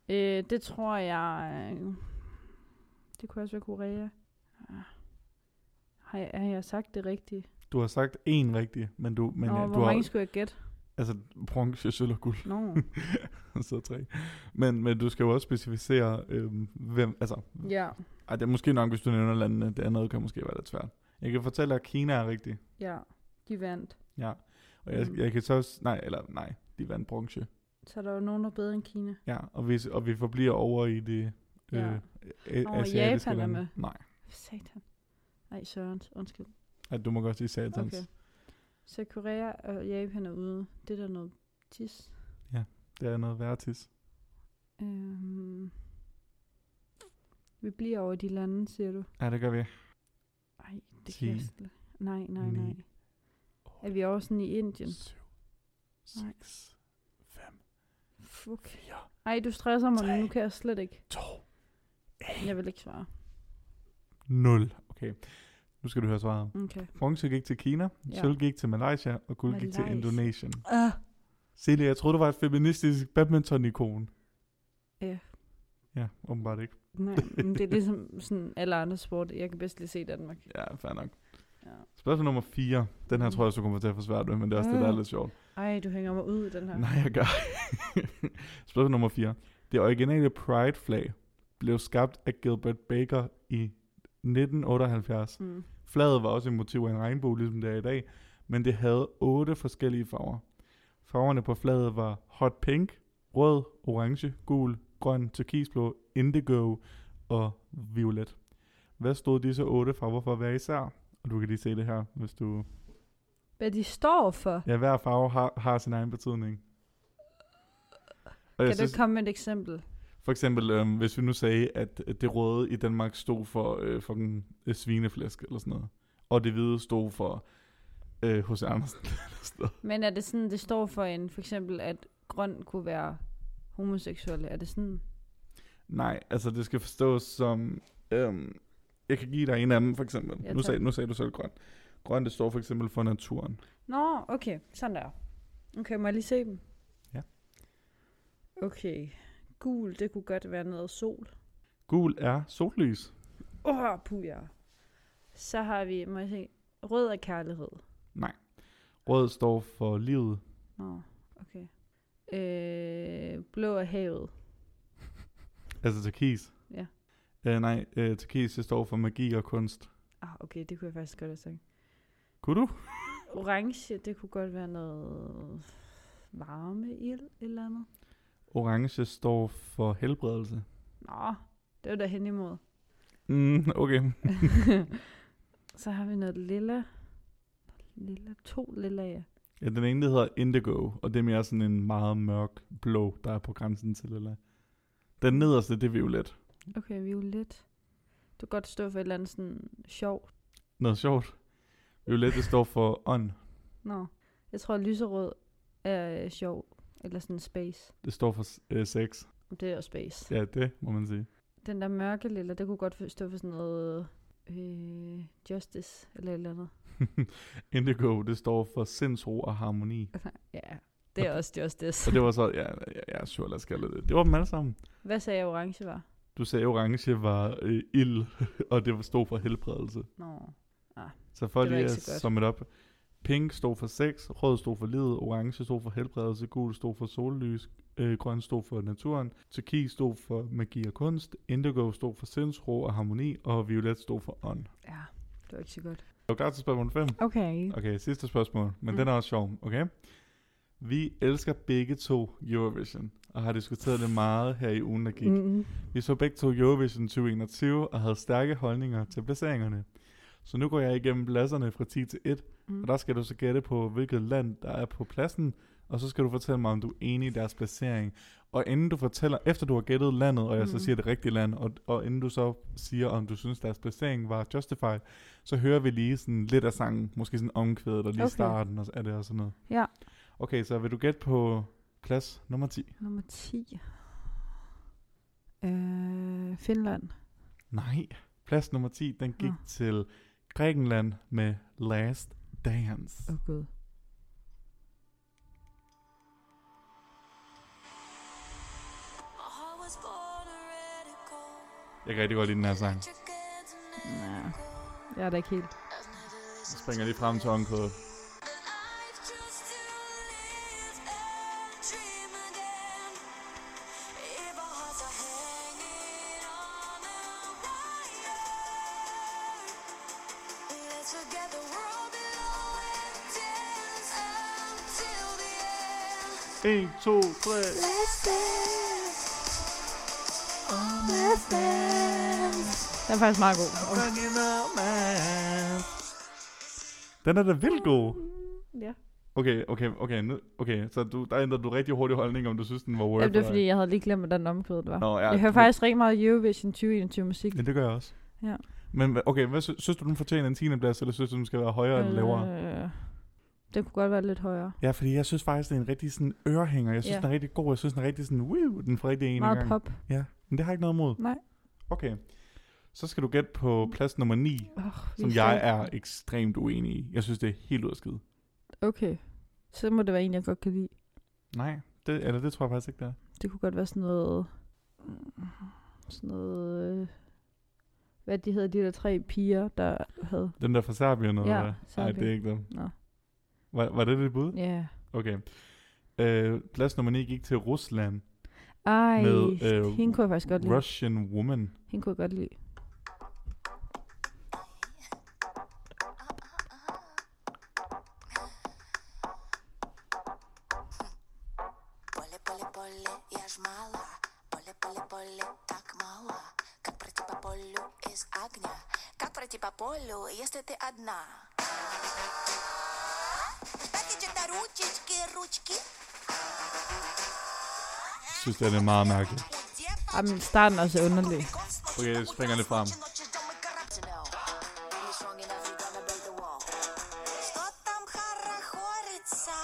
Speaker 2: Øh, det tror jeg... øh, Det kunne også være Korea. Ah. Har jeg, har jeg sagt det rigtigt?
Speaker 3: Du har sagt en rigtig, men du, men
Speaker 2: Men, Nå,
Speaker 3: ja,
Speaker 2: ja,
Speaker 3: du
Speaker 2: hvor mange
Speaker 3: har,
Speaker 2: skulle jeg gætte?
Speaker 3: altså bronze, sølv og guld,
Speaker 2: Nå,
Speaker 3: så tre. Men, men du skal jo også specificere, øhm, hvem, altså,
Speaker 2: ja.
Speaker 3: ej, det er måske nok, hvis du nævner landene, det andet kan måske være lidt svært. Jeg kan fortælle, at Kina er rigtig,
Speaker 2: Ja, de vandt.
Speaker 3: ja. Og jeg,
Speaker 2: Mm.
Speaker 3: jeg kan så også, nej, eller nej, de vandt bronze.
Speaker 2: Så er der jo nogen, der er bedre end Kina.
Speaker 3: Ja, og vi, og vi forbliver over i det øh,
Speaker 2: Ja.
Speaker 3: ja.
Speaker 2: Nå,
Speaker 3: asiatiske
Speaker 2: Japan er
Speaker 3: lande.
Speaker 2: med.
Speaker 3: Nej,
Speaker 2: Satan. Ej, Sørens, undskyld.
Speaker 3: ja, du må godt sige satans.
Speaker 2: Okay. Så Korea og Japan er ude. Det er der noget tis.
Speaker 3: Det er noget værd tis.
Speaker 2: Øhm. Vi bliver over de lande, siger du.
Speaker 3: Ja, det gør vi.
Speaker 2: Ej, det
Speaker 3: Ti.
Speaker 2: kan jeg slet... Nej, nej,
Speaker 3: Ni.
Speaker 2: nej. Er vi også sådan i Indien?
Speaker 3: 7,
Speaker 2: Nej.
Speaker 3: 6, 5,
Speaker 2: Fuck.
Speaker 3: 4,
Speaker 2: Ej, du stresser mig,
Speaker 3: Tre.
Speaker 2: men nu kan jeg slet ikke.
Speaker 3: 2,
Speaker 2: Jeg vil ikke svare.
Speaker 3: 0. Okay, nu skal du høre svaret.
Speaker 2: Okay.
Speaker 3: Bronze gik til Kina,
Speaker 2: Ja.
Speaker 3: ja. sølv gik til Malaysia, og guld gik til
Speaker 2: Malaysia.
Speaker 3: Indonesien.
Speaker 2: Ah.
Speaker 3: Celia, jeg troede, du var et feministisk badminton-ikon.
Speaker 2: Ja.
Speaker 3: Ja, åbenbart ikke.
Speaker 2: Nej, men det er ligesom sådan alle andre sport. Jeg kan bedst lige se Danmark.
Speaker 3: Ja, fair nok.
Speaker 2: Ja. Mm.
Speaker 3: Spørgsmål nummer 4. Den her tror jeg, du kommer til at få svært ved, men det er også det, der er
Speaker 2: Ah.
Speaker 3: lidt sjovt.
Speaker 2: Ej, du hænger mig ud i den her.
Speaker 3: Nej, jeg gør. Spørgsmål nummer 4. Det originale Pride-flag blev skabt af Gilbert Baker i 1978.
Speaker 2: Mm.
Speaker 3: Flaget var også et motiv af en regnbue, ligesom det er i dag, men det havde otte forskellige farver. Farverne på flaget var hot pink, rød, orange, gul, grøn, turkisblå, indigo og violet. Hvad stod disse otte farver for hver især? Og du kan lige se det her, hvis du...
Speaker 2: Hvad de står for?
Speaker 3: Ja, hver farve har, har sin egen betydning. Og
Speaker 2: Kan du ikke komme med et eksempel?
Speaker 3: For eksempel, øhm, hvis vi nu sagde, at øh, det røde i Danmark stod for øh, fucking øh, svineflæsk eller sådan noget, og det hvide stod for øh, H.C. Andersen eller sådan noget.
Speaker 2: Men er det sådan, det står for en, for eksempel, at grøn kunne være homoseksuelle? Er det sådan?
Speaker 3: Nej, altså det skal forstås som, øhm, jeg kan give dig en af dem for eksempel.
Speaker 2: Ja,
Speaker 3: nu,
Speaker 2: tak.
Speaker 3: sagde, nu sagde du selv grøn. Grøn, det står for eksempel for naturen.
Speaker 2: Nå, okay, sådan der. Okay, må jeg lige se dem?
Speaker 3: Ja.
Speaker 2: Okay, gul, det kunne godt være noget sol.
Speaker 3: Gul er sollys.
Speaker 2: Åh, oh, puja. Så har vi, må jeg se, rød er kærlighed.
Speaker 3: Rød står for livet.
Speaker 2: Nå, okay. Øh, blå er havet.
Speaker 3: Altså turkis.
Speaker 2: Ja.
Speaker 3: Øh, nej, øh, turkis det står for magi og kunst.
Speaker 2: Ah, okay, det kunne jeg faktisk godt have sagt.
Speaker 3: Kunne du?
Speaker 2: Orange, det kunne godt være noget varme ild eller andet.
Speaker 3: Orange står for helbredelse.
Speaker 2: Nå, det var da hen imod.
Speaker 3: Mm, okay.
Speaker 2: Så har vi noget lilla. Lilla, to lilla, ja.
Speaker 3: Ja, den ene der hedder Indigo, og det er mere sådan en meget mørk blå, der er på grænsen til lilla. Den nederste, det er violet.
Speaker 2: Okay, violet. Du kan godt stå for et eller andet sådan sjov.
Speaker 3: Noget sjovt. Violet, det står for ånd.
Speaker 2: Nå, jeg tror lyserød er øh, sjov. Eller sådan space.
Speaker 3: Det står for øh, sex.
Speaker 2: Om Det er jo space. Ja.
Speaker 3: Ja, det må man sige.
Speaker 2: Den der mørke lilla, det kunne godt for- stå for sådan noget øh, justice eller et eller andet.
Speaker 3: Indigo, det står for sindsro og harmoni.
Speaker 2: Ja, det er også det. Er også det.
Speaker 3: Og det var så, ja, ja, ja sure, lad os kalde det. det. Det var dem alle sammen.
Speaker 2: Hvad sagde jeg, orange var?
Speaker 3: Du sagde, orange var øh, ild, og det stod for helbredelse.
Speaker 2: Nå,
Speaker 3: Så for
Speaker 2: Det var
Speaker 3: lige at
Speaker 2: ikke så godt.
Speaker 3: summe det op. Pink stod for sex, rød stod for livet, orange stod for helbredelse, gul stod for sollys, øh, grøn stod for naturen, turkis stod for magi og kunst, indigo stod for sindsro og harmoni, og violet stod for ånd.
Speaker 2: ja, det var ikke så godt.
Speaker 3: Er du klar til spørgsmål 5?
Speaker 2: Okay.
Speaker 3: Okay, sidste spørgsmål, men
Speaker 2: Mm.
Speaker 3: mm. den er også sjov, okay? Vi elsker begge to Eurovision, og har diskuteret det meget her i ugen, der gik.
Speaker 2: Mm-hmm.
Speaker 3: Vi så begge to Eurovision 2021 og havde stærke holdninger til placeringerne. Så nu går jeg igennem pladserne fra 10 til 1,
Speaker 2: Mm.
Speaker 3: og der skal du så gætte på, hvilket land der er på pladsen, og så skal du fortælle mig, om du er enig i deres placering. Og inden du fortæller, efter du har gættet landet, og jeg så
Speaker 2: Mm.
Speaker 3: siger det rigtige land, og, og inden du så siger, om du synes, deres placering var justified, så hører vi lige sådan lidt af sangen, måske sådan omkvædet og lige okay.
Speaker 2: Okay.
Speaker 3: starten og, af det og sådan noget.
Speaker 2: Ja.
Speaker 3: Okay, så vil du gætte på plads nummer 10?
Speaker 2: Nummer 10. Øh, Finland.
Speaker 3: Nej, plads nummer 10, den gik
Speaker 2: Nå.
Speaker 3: til Grækenland med Last Dance.
Speaker 2: Åh oh, gud.
Speaker 3: Jeg kan rigtig godt lide den her sang.
Speaker 2: Nej, jeg er da ikke helt.
Speaker 3: Jeg springer lige frem til omkvædet. 1, 2, 3.
Speaker 5: Let's dance. Let's dance.
Speaker 2: Den er faktisk meget god. Okay.
Speaker 3: Den er da vildt god.
Speaker 2: Ja.
Speaker 3: Okay, okay, okay, nu, okay. Så du, der ændrede du rigtig hurtig holdning, om du synes, den var word.
Speaker 2: Jamen, det er fordi, jeg havde lige glemt, hvordan omkvædet var.
Speaker 3: Nå, ja,
Speaker 2: Jeg hører
Speaker 3: men-
Speaker 2: faktisk rigtig meget Eurovision 2021 musik.
Speaker 3: Ja, det gør jeg også.
Speaker 2: Ja.
Speaker 3: Men hva- okay, hvad, sy- synes du, den fortjener en 10. plads, eller synes du, den skal være højere eller lavere?
Speaker 2: Øh, det kunne godt være lidt højere.
Speaker 3: Ja, fordi jeg synes faktisk, det er en rigtig sådan ørehænger. Jeg synes,
Speaker 2: Ja.
Speaker 3: den er rigtig god. Jeg synes, den er rigtig sådan, wow, den får rigtig en
Speaker 2: Meget
Speaker 3: gang.
Speaker 2: pop.
Speaker 3: Ja, men det har jeg ikke noget imod.
Speaker 2: Nej.
Speaker 3: Okay. Så skal du gætte på plads nummer 9,
Speaker 2: Oh,
Speaker 3: som jeg er ekstremt uenig i. Jeg synes, det er helt ud af skide.
Speaker 2: Okay. Så må det være en, jeg godt kan lide.
Speaker 3: Nej, det, eller det tror jeg faktisk ikke, det er.
Speaker 2: Det kunne godt være sådan noget... mm, Sådan noget... Øh, hvad de hedder, de der tre piger, der havde...
Speaker 3: Den der fra Serbien, eller
Speaker 2: Ja,
Speaker 3: hvad? Nej,
Speaker 2: Serbien.
Speaker 3: det er ikke dem.
Speaker 2: Nå.
Speaker 3: Var, var det det bud?
Speaker 2: Ja.
Speaker 3: Okay. Øh, plads nummer 9 gik til Rusland.
Speaker 2: Ej,
Speaker 3: Med, øh,
Speaker 2: øh, hende kunne jeg faktisk godt lide.
Speaker 3: Russian Woman.
Speaker 2: Hende kunne jeg godt lide.
Speaker 5: Поле, поле, поле, я ж мала. Поле, поле, поле, так мало. Как пройти по полю из огня? Как пройти по полю, если ты одна? Пакетик на ручечки, ручки.
Speaker 3: Jeg synes, det er lidt meget mærkeligt.
Speaker 2: Jamen, starten er også underlig.
Speaker 3: Okay, jeg springer lidt frem.
Speaker 5: Что там хорохорится?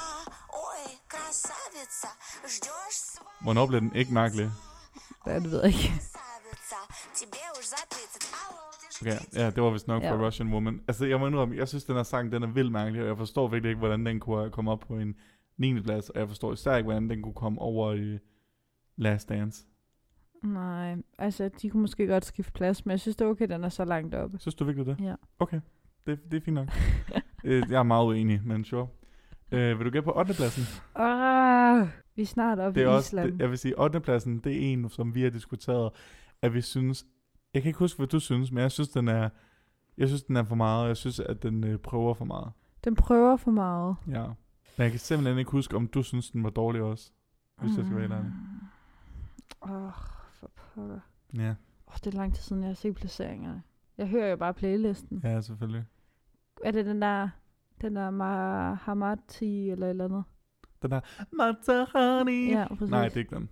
Speaker 5: Ой, красавица, ждешь свою
Speaker 3: Hvornår blev den ikke mærkelig?
Speaker 2: Ja, det ved jeg ikke.
Speaker 5: красавица. Тебе уж за 30. Алло, ты ж
Speaker 3: Okay, ja, det var vist nok ja.
Speaker 2: Ja.
Speaker 3: for Russian Woman. Altså, jeg må indrømme, jeg synes, den her sang, den er vildt mærkelig, og jeg forstår virkelig ikke, hvordan den kunne øh, komme op på en 9. plads, og jeg forstår især ikke, hvordan den kunne komme over i Last Dance.
Speaker 2: Nej, altså, de kunne måske godt skifte plads, men jeg synes, det er okay, den er så langt oppe.
Speaker 3: Synes du virkelig det?
Speaker 2: Ja.
Speaker 3: Okay, det, det er fint nok. øh, jeg er meget uenig, men sure. Øh, vil du gætte på 8. pladsen?
Speaker 2: Åh, vi er snart oppe
Speaker 3: Det er
Speaker 2: i
Speaker 3: også,
Speaker 2: Island.
Speaker 3: det, jeg vil sige, 8. pladsen, det er en, som vi har diskuteret, at vi synes, jeg kan ikke huske, hvad du synes, men jeg synes, den er, jeg synes, den er for meget, og jeg synes, at den øh, prøver for meget.
Speaker 2: Den prøver for meget.
Speaker 3: Ja. Men jeg kan simpelthen ikke huske, om du synes, den var dårlig også, hvis jeg skal være helt ærlig.
Speaker 2: Åh, oh, for pokker.
Speaker 3: Ja,
Speaker 2: Oh, det er lang tid siden, jeg har set placeringerne. Jeg hører jo bare playlisten.
Speaker 3: ja selvfølgelig.
Speaker 2: Er det den der, den der Mahamati eller et eller andet?
Speaker 3: Den der, Matarani.
Speaker 2: Ja, præcis.
Speaker 3: Mm. Nej, det er ikke den.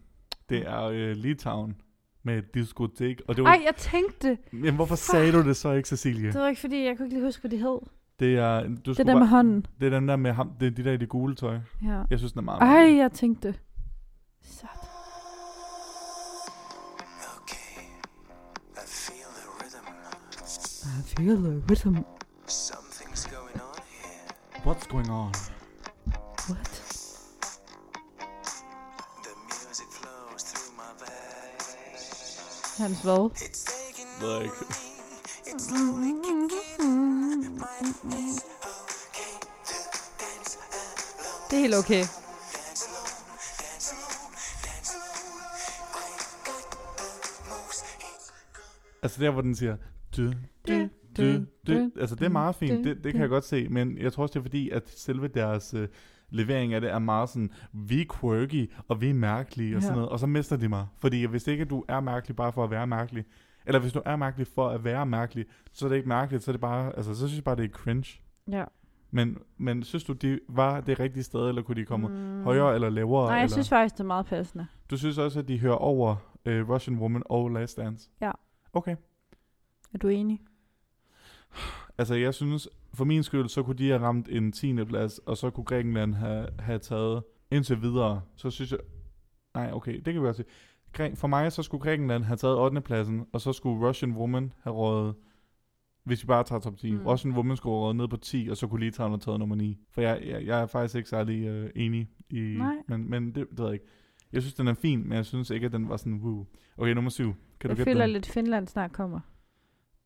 Speaker 3: Det er øh, Litauen med et diskotek. Og det var,
Speaker 2: Ej, jeg tænkte det.
Speaker 3: men hvorfor sagde du det så ikke, Cecilie?
Speaker 2: Det var ikke, fordi jeg kunne ikke lige huske, hvad de hed.
Speaker 3: Det er, du
Speaker 2: Det
Speaker 3: skulle
Speaker 2: der med
Speaker 3: bare,
Speaker 2: hånden.
Speaker 3: det er den der med ham, det er de der i det gule tøj.
Speaker 2: Ja.
Speaker 3: Jeg synes, den er meget
Speaker 2: Ej, jeg tænkte det. Sådan.
Speaker 6: Okay, I feel the rhythm.
Speaker 2: I feel the rhythm.
Speaker 6: Something's going on here.
Speaker 3: What's going on?
Speaker 2: What?
Speaker 6: The music flows through my veins.
Speaker 2: Hans hvad?
Speaker 6: It's taking
Speaker 3: Ved jeg
Speaker 6: over
Speaker 3: ikke.
Speaker 6: me. It's slowly kicking in. But it's okay to dance alone.
Speaker 2: Det er helt okay.
Speaker 6: Dance alone, dance alone, dance alone. I got the moves. It's
Speaker 3: Altså der, hvor den siger, du, du, du, du. Altså det er meget fint, det, det kan jeg godt se, men jeg tror også, det er fordi, at selve deres øh, levering af det er meget sådan, vi er quirky, og vi er mærkelige og sådan
Speaker 2: Ja.
Speaker 3: noget, og så mister de mig. Fordi hvis ikke du er mærkelig bare for at være mærkelig, Eller hvis du er mærkelig for at være mærkelig, så er det ikke mærkeligt, så er det bare, altså så synes jeg bare, det er cringe.
Speaker 2: Ja.
Speaker 3: Men, men synes du, de var det rigtige sted, eller kunne de komme mm. højere eller lavere?
Speaker 2: Nej, jeg
Speaker 3: eller?
Speaker 2: synes faktisk, det er meget passende.
Speaker 3: Du synes også, at de hører over øh, Russian Woman og Last Dance?
Speaker 2: Ja.
Speaker 3: Okay.
Speaker 2: Er du enig?
Speaker 3: Altså, jeg synes, for min skyld, så kunne de have ramt en 10. plads, og så kunne Grækenland have, have taget indtil videre. Så synes jeg... Nej, okay, det kan vi også sige. Græ- For mig, så skulle Grækenland have taget 8. pladsen, og så skulle Russian Woman have rådet... Hvis vi bare tager top 10. Mm.
Speaker 2: Mm.
Speaker 3: Russian Woman skulle have rådet ned på 10, og så kunne Litauen have taget nummer 9. For jeg, jeg, jeg er faktisk ikke særlig øh, enig i...
Speaker 2: Nej.
Speaker 3: Men, men det, det ved jeg ikke. Jeg synes, den er fin, men jeg synes ikke, at den var sådan... Woo. Okay, nummer 7. Kan
Speaker 2: jeg
Speaker 3: du
Speaker 2: føler
Speaker 3: gætte den?
Speaker 2: lidt, Finland snart kommer.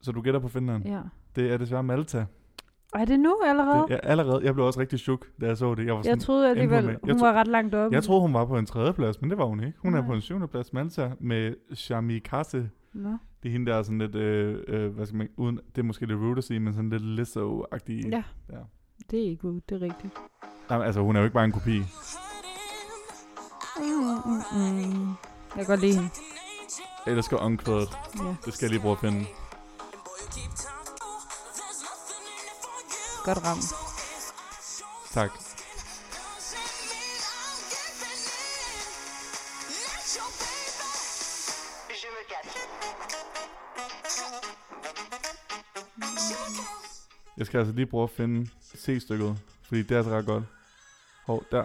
Speaker 3: Så du gætter på Finland?
Speaker 2: Ja.
Speaker 3: Det er desværre Malta.
Speaker 2: Og er det nu allerede?
Speaker 3: Det, jeg, allerede, jeg blev også rigtig chok, da jeg så det. Jeg, var sådan,
Speaker 2: jeg troede alligevel,
Speaker 3: med. Jeg
Speaker 2: hun
Speaker 3: tro-
Speaker 2: var ret langt oppe.
Speaker 3: jeg troede, hun var på en tredje plads, men det var hun ikke. Hun Nej. er
Speaker 2: Nej.
Speaker 3: på en syvende plads, Malta, med Shami Kasse.
Speaker 2: Nå.
Speaker 3: Det er hende, der er sådan lidt, øh, øh, hvad skal man, uden, det er måske lidt rude at sige, men sådan lidt Lizzo-agtig.
Speaker 2: Ja.
Speaker 3: Ja.
Speaker 2: Det er ikke ud, det er rigtigt.
Speaker 3: Nej, men altså, hun er jo ikke bare en kopi.
Speaker 2: Mm. Jeg kan godt lide hende.
Speaker 3: Ellers skal omkvædet.
Speaker 2: Ja.
Speaker 3: Det skal jeg lige prøve at finde.
Speaker 2: Godt ramt.
Speaker 3: Tak. Jeg skal altså lige prøve at finde C-stykket, fordi det er altså ret godt. Hov, der.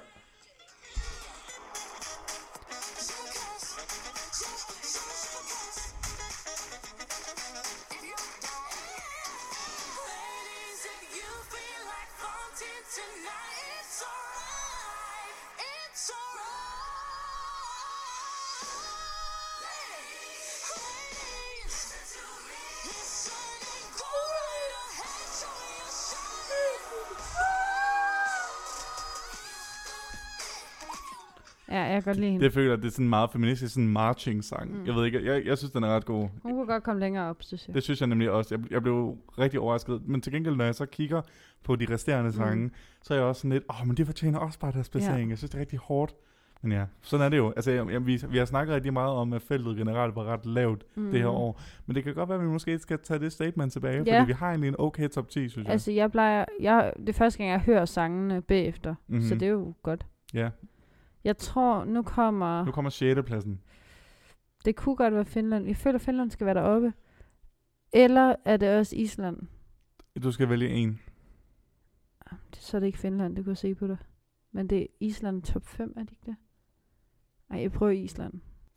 Speaker 2: Ja, jeg kan godt lide hende.
Speaker 3: Det føler jeg, det er sådan en meget feministisk, sådan en marching-sang. Mm. Jeg ved ikke, jeg, jeg synes, den er ret god.
Speaker 2: Hun kunne godt komme længere op, synes jeg.
Speaker 3: Det synes jeg nemlig også. Jeg, bl- jeg blev rigtig overrasket. Men til gengæld, når jeg så kigger på de resterende
Speaker 2: Mm.
Speaker 3: sange, så er jeg også sådan lidt, åh, men det fortjener også bare deres placering. Ja. Jeg synes, det er rigtig hårdt. Men ja, sådan er det jo. Altså, jeg, jeg, vi, vi har snakket rigtig meget om, at feltet generelt var ret lavt mm. det her år. Men det kan godt være, at vi måske skal tage det statement tilbage,
Speaker 2: Mhm. Ja.
Speaker 3: fordi vi har egentlig en okay top 10, synes jeg.
Speaker 2: Altså, jeg plejer... Jeg, det er første gang, jeg hører sangene bagefter,
Speaker 3: Mhm.
Speaker 2: mm-hmm. så det er jo godt.
Speaker 3: Ja.
Speaker 2: Jeg tror, nu kommer...
Speaker 3: Nu kommer 6. pladsen.
Speaker 2: Det kunne godt være Finland. Jeg føler, Finland skal være deroppe. Eller er det også Island?
Speaker 3: Du skal vælge en.
Speaker 2: Det, så er det ikke Finland, det kunne jeg se på dig. Men det er Island top 5, er det ikke det? Nej, jeg prøver Island.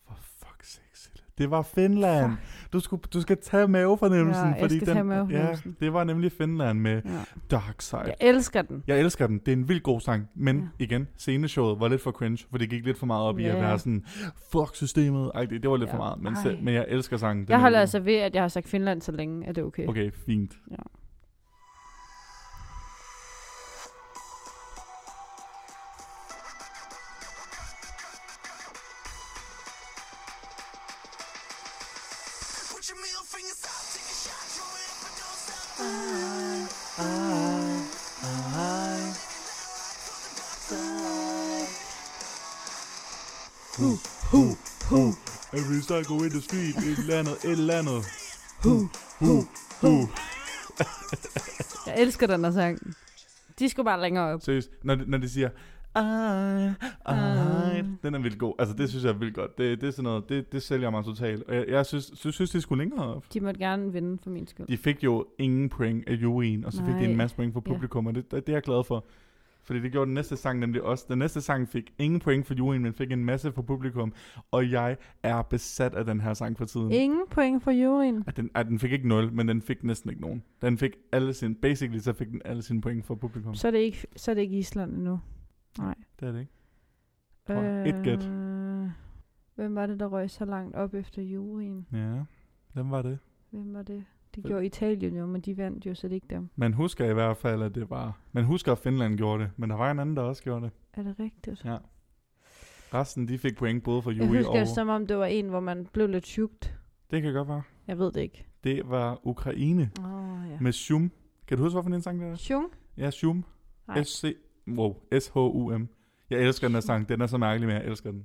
Speaker 3: For fuck's sake, Sille. Det var Finland. Du, skulle, du skal tage mavefornemmelsen.
Speaker 2: Ja, jeg
Speaker 3: fordi
Speaker 2: skal
Speaker 3: den,
Speaker 2: tage mavefornemmelsen.
Speaker 3: Ja, det var nemlig Finland med
Speaker 2: Ja.
Speaker 3: Dark Side.
Speaker 2: Jeg elsker den.
Speaker 3: Jeg elsker den. Det er en vild god sang. Men ja.
Speaker 2: Ja.
Speaker 3: igen, sceneshowet var lidt for cringe, for det gik lidt for meget op i at
Speaker 2: Ja.
Speaker 3: være sådan, fuck systemet. Ej, det, det var lidt ja.
Speaker 2: Ja.
Speaker 3: for meget. Men,
Speaker 2: Ej.
Speaker 3: selv, men jeg elsker sangen. Den
Speaker 2: Jeg
Speaker 3: er
Speaker 2: holder
Speaker 3: god.
Speaker 2: altså ved, at jeg har sagt Finland så længe, er det okay.
Speaker 3: Okay, fint.
Speaker 2: Ja.
Speaker 6: Put your middle fingers up, take a shot, throw it up and don't stop.
Speaker 3: Every psycho in the street, et eller andet, et eller andet. Hu, hu, hu.
Speaker 2: Jeg elsker den her sang. De skulle bare længere op.
Speaker 3: Seriøst, når de, når de siger, ej,
Speaker 2: Ah.
Speaker 3: ej, den er vildt god. Altså, det synes jeg er vildt godt. Det, det er sådan noget, det, det sælger mig totalt. Og jeg, jeg synes, synes, synes, de skulle længere op.
Speaker 2: De måtte gerne vinde for min skyld.
Speaker 3: De fik jo ingen point af juryen, og så fik de
Speaker 2: Nej.
Speaker 3: en masse point fra
Speaker 2: Ja.
Speaker 3: publikum, og det, det det er jeg glad for. Fordi det gjorde den næste sang nemlig også. Den næste sang fik ingen point fra juryen, men fik en masse fra publikum. Og jeg er besat af den her sang for tiden.
Speaker 2: Ingen point for juryen.
Speaker 3: At den, at den fik ikke 0, men den fik næsten ikke nogen. Den fik alle sine, basically så fik den alle sine point fra publikum.
Speaker 2: Så er det ikke, så er det ikke Island endnu. Nej.
Speaker 3: Det er det ikke. Tror jeg. Et gæt.
Speaker 2: Øh, Hvem var det, der røg så langt op efter juryen?
Speaker 3: Ja, den var det.
Speaker 2: Hvem var det? Det
Speaker 3: Øh.
Speaker 2: gjorde Italien jo, men de vandt jo, så det er ikke dem.
Speaker 3: Man husker i hvert fald, at det var... Man husker, at Finland gjorde det, men der var en anden, der også gjorde det.
Speaker 2: Er det rigtigt?
Speaker 3: Ja. Resten, de fik point både fra
Speaker 2: Jeg
Speaker 3: jury
Speaker 2: husker,
Speaker 3: og...
Speaker 2: som om det var en, hvor man blev lidt sjukt.
Speaker 3: Det kan godt være.
Speaker 2: Jeg ved det ikke.
Speaker 3: Det var Ukraine.
Speaker 2: Åh, oh, ja.
Speaker 3: med Shum. Kan du huske, hvorfor den sang der er?
Speaker 2: Sjung?
Speaker 3: Ja, Shum.
Speaker 2: Nej.
Speaker 3: S-C... Wow, S-H-U-M. Jeg elsker den her sang. Den er så mærkelig, men jeg elsker den.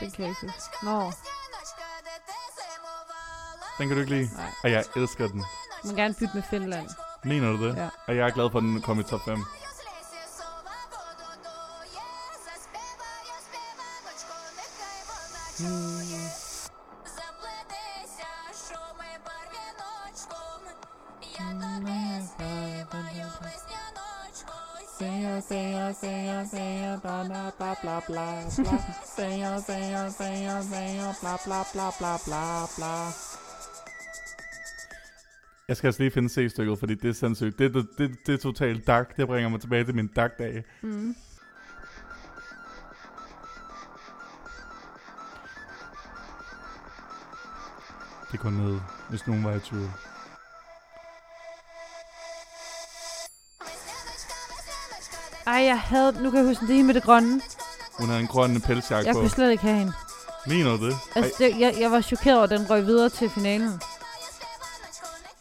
Speaker 2: Den kan jeg ikke huske. Nå,
Speaker 3: Den kan du ikke lide.
Speaker 2: Nej.
Speaker 3: Og jeg elsker den.
Speaker 2: man må gerne bytte med Finland.
Speaker 3: Mener du det?
Speaker 2: Ja.
Speaker 3: Og jeg er glad for, at den kom i top 5. Jeg skal altså lige finde C-stykket, fordi det er sindssygt. Det, det, det, det er totalt dak. Det bringer mig tilbage til min dak-dag.
Speaker 2: Mm.
Speaker 3: Det går ned, hvis nogen var i tvivl.
Speaker 2: Ej, jeg havde... Nu kan jeg huske det med det grønne.
Speaker 3: Hun havde en grøn pelsjakke
Speaker 2: Jeg
Speaker 3: på.
Speaker 2: kunne slet ikke have hende.
Speaker 3: Mener du det?
Speaker 2: Altså, det, jeg, jeg var chokeret over, at den røg videre til finalen.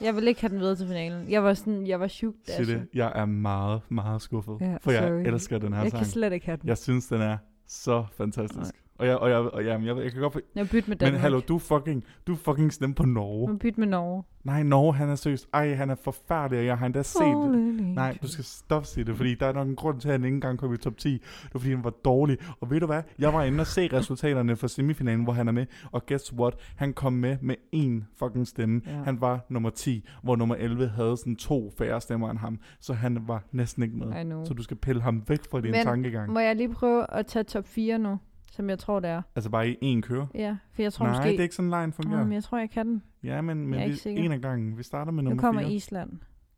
Speaker 2: Jeg ville ikke have den videre til finalen. Jeg var sådan... Jeg var sjukt, altså.
Speaker 3: Sig det. Jeg er meget, meget skuffet.
Speaker 2: Ja,
Speaker 3: for jeg
Speaker 2: sorry.
Speaker 3: elsker den her
Speaker 2: Jeg
Speaker 3: sang.
Speaker 2: kan slet ikke have den.
Speaker 3: Jeg synes, den er så fantastisk. Og jeg, og jeg, og jeg, jeg, jeg kan godt for...
Speaker 2: Jeg bytte med Danmark.
Speaker 3: Men hallo, du er fucking, du er fucking stemme på Norge.
Speaker 2: Man bytte med Norge.
Speaker 3: Nej, Norge, han er seriøst. Ej, han er forfærdelig, og jeg har endda set... Nej, du skal stoppe sige det, fordi der er nok en grund til, at han ikke engang kom i top 10. Det var, fordi han var dårlig. Og ved du hvad? Jeg var inde og se resultaterne fra semifinalen, hvor han er med. Og guess what? Han kom med med én fucking stemme. Ja.
Speaker 2: Ja.
Speaker 3: Han var nummer 10, hvor nummer 11 havde sådan to færre stemmer end ham. Så han var næsten ikke med.
Speaker 2: I know.
Speaker 3: Så du skal pille ham væk fra din
Speaker 2: Men
Speaker 3: tankegang.
Speaker 2: Må jeg lige prøve at tage top 4 nu? Som jeg tror, det er.
Speaker 3: Altså bare i én køre.
Speaker 2: Ja, for jeg tror
Speaker 3: Nej,
Speaker 2: måske...
Speaker 3: det er ikke sådan, lejen
Speaker 2: Nå,
Speaker 3: fungerer.
Speaker 2: men jeg tror, jeg kan den.
Speaker 3: ja, men, men
Speaker 2: jeg er
Speaker 3: vi,
Speaker 2: ikke sikker.
Speaker 3: en af gangen. Vi starter med
Speaker 2: Nu
Speaker 3: nummer
Speaker 2: kommer
Speaker 3: 4.
Speaker 2: Island.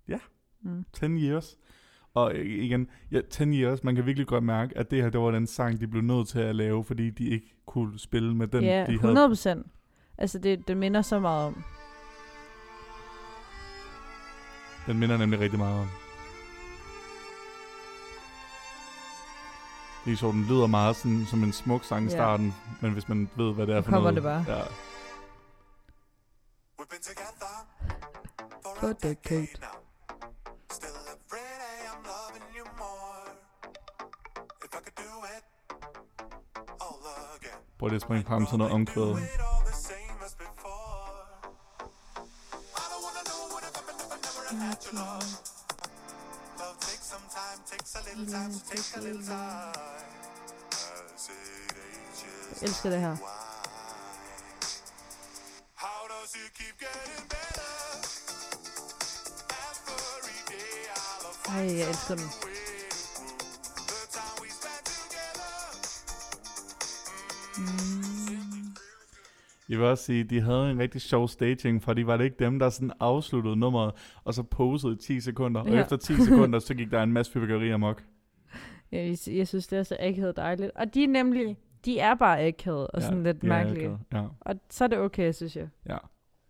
Speaker 3: Ja.
Speaker 2: Mm.
Speaker 3: 10 years. Og øh, igen, ja, 10 years, man kan virkelig godt mærke, at det her, det var den sang, de blev nødt til at lave, fordi de ikke kunne spille med den,
Speaker 2: ja,
Speaker 3: de
Speaker 2: 100 procent. Altså, det, det minder så meget om.
Speaker 3: Den minder nemlig rigtig meget om. Det er sjovt, den lyder meget sådan, som en smuk sang i
Speaker 2: Ja.
Speaker 3: starten, men hvis man ved, hvad det er
Speaker 2: Nu
Speaker 3: for
Speaker 2: kommer
Speaker 3: noget.
Speaker 2: det bare.
Speaker 3: Ja.
Speaker 6: We've been together for,
Speaker 2: For
Speaker 6: a
Speaker 2: a
Speaker 6: decade,
Speaker 2: decade.
Speaker 6: now. Still every day I'm loving you more. If I could do it all again.
Speaker 3: Prøv lige at springe frem til noget omkvædet.
Speaker 2: Jeg elsker det her.
Speaker 6: How does it keep getting better? Every day I'll
Speaker 2: Ej, jeg elsker den.
Speaker 6: the time we spent together.
Speaker 3: Jeg vil også sige, de havde en rigtig sjov staging, for de var det ikke dem, der sådan afsluttede nummeret, og så posede i 10 sekunder, og
Speaker 2: Ja.
Speaker 3: efter 10 sekunder, så gik der en masse fyrværkeri amok.
Speaker 2: Jeg, jeg synes, det er så akavet dejligt. Og de er nemlig... De er bare akavet og sådan lidt
Speaker 3: de er
Speaker 2: mærkelige.
Speaker 3: akavet. Ja.
Speaker 2: Og så er det okay, synes jeg.
Speaker 3: Ja,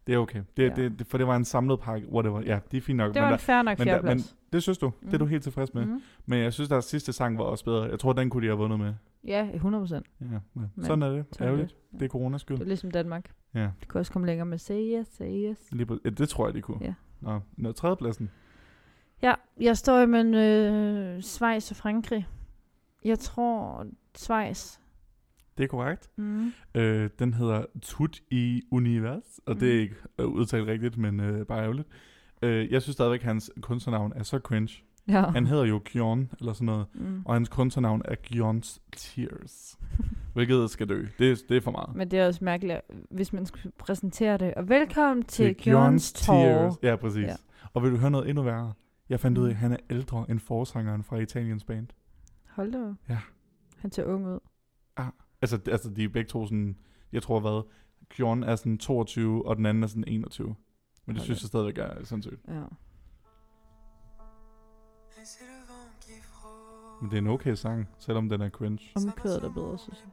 Speaker 3: det er okay. Det, ja.
Speaker 2: Ja.
Speaker 3: det, det, for det var en samlet pakke, hvor det var, ja, det er fint nok.
Speaker 2: Det var
Speaker 3: men,
Speaker 2: en fair nok
Speaker 3: men, der, men
Speaker 2: fjerdeplads.
Speaker 3: det synes du, mm. det er du helt tilfreds med. Mm.
Speaker 2: Mhm.
Speaker 3: Men jeg synes, deres sidste sang var også bedre. Jeg tror, den kunne de have vundet med.
Speaker 2: Ja, 100 procent.
Speaker 3: Ja, ja.
Speaker 2: Men-
Speaker 3: sådan er det.
Speaker 2: sådan er
Speaker 3: Ærgerligt. Det er coronas
Speaker 2: Det er
Speaker 3: skyld.
Speaker 2: ligesom Danmark.
Speaker 3: Ja,
Speaker 2: De kunne også komme længere med say yes, say yes.
Speaker 3: lige på, ja, det tror jeg, de kunne.
Speaker 2: Ja.
Speaker 3: Nå, nå tredjepladsen.
Speaker 2: Ja, jeg står imellem øh, Schweiz og Frankrig. Jeg tror Schweiz.
Speaker 3: Det er korrekt.
Speaker 2: Mm.
Speaker 3: Øh, den hedder Tut i Univers, og mm. det er ikke øh, udtalt rigtigt, men øh, bare ærgerligt. Øh, jeg synes stadigvæk, at hans kunstnernavn er så cringe.
Speaker 2: Ja.
Speaker 3: Han hedder jo Kjorn, eller sådan noget.
Speaker 2: Mm.
Speaker 3: Og hans kunstnernavn er Gions Tears. Hvilket skal dø. Det, det er for meget.
Speaker 2: Men det er også mærkeligt, øh, hvis man skulle præsentere det. Og velkommen til
Speaker 3: Gjorns
Speaker 2: Gjørns Tår.
Speaker 3: Ja, præcis. Ja.
Speaker 2: Ja.
Speaker 3: Og vil du høre noget endnu værre? Jeg fandt ud af, at
Speaker 2: Mm.
Speaker 3: han er ældre end forsangeren fra Italiens band.
Speaker 2: Hold da. op.
Speaker 3: Ja.
Speaker 2: Han ser ung ud.
Speaker 3: Altså, d- altså de er begge to sådan, jeg tror hvad, Gjorn er sådan 22, og den anden er sådan 21. Men det
Speaker 2: Hold
Speaker 3: synes
Speaker 2: da.
Speaker 3: jeg stadigvæk er sindssygt.
Speaker 2: Ja.
Speaker 6: Et c'est le vent qui frôle.
Speaker 3: Men det er en okay sang, selvom den er cringe.
Speaker 2: Omkvædet er bedre, synes jeg.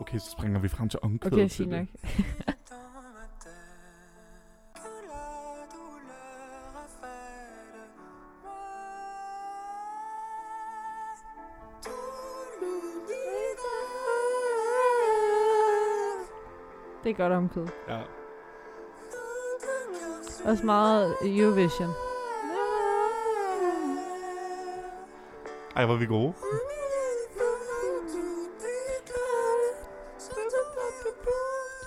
Speaker 3: Okay, så springer vi frem til omkvædet
Speaker 2: Okay,
Speaker 3: til
Speaker 2: fint
Speaker 3: det.
Speaker 2: nok.
Speaker 6: Dans ma tête, que la douleur affale. Moi, tout l'univers,
Speaker 2: Det er godt omkvæd.
Speaker 3: Ja.
Speaker 6: tout un cœur sur
Speaker 2: Også meget øh, Eurovision.
Speaker 3: Ej, hvor er vi gode.
Speaker 6: un millier de flammes qui déclarent. Je te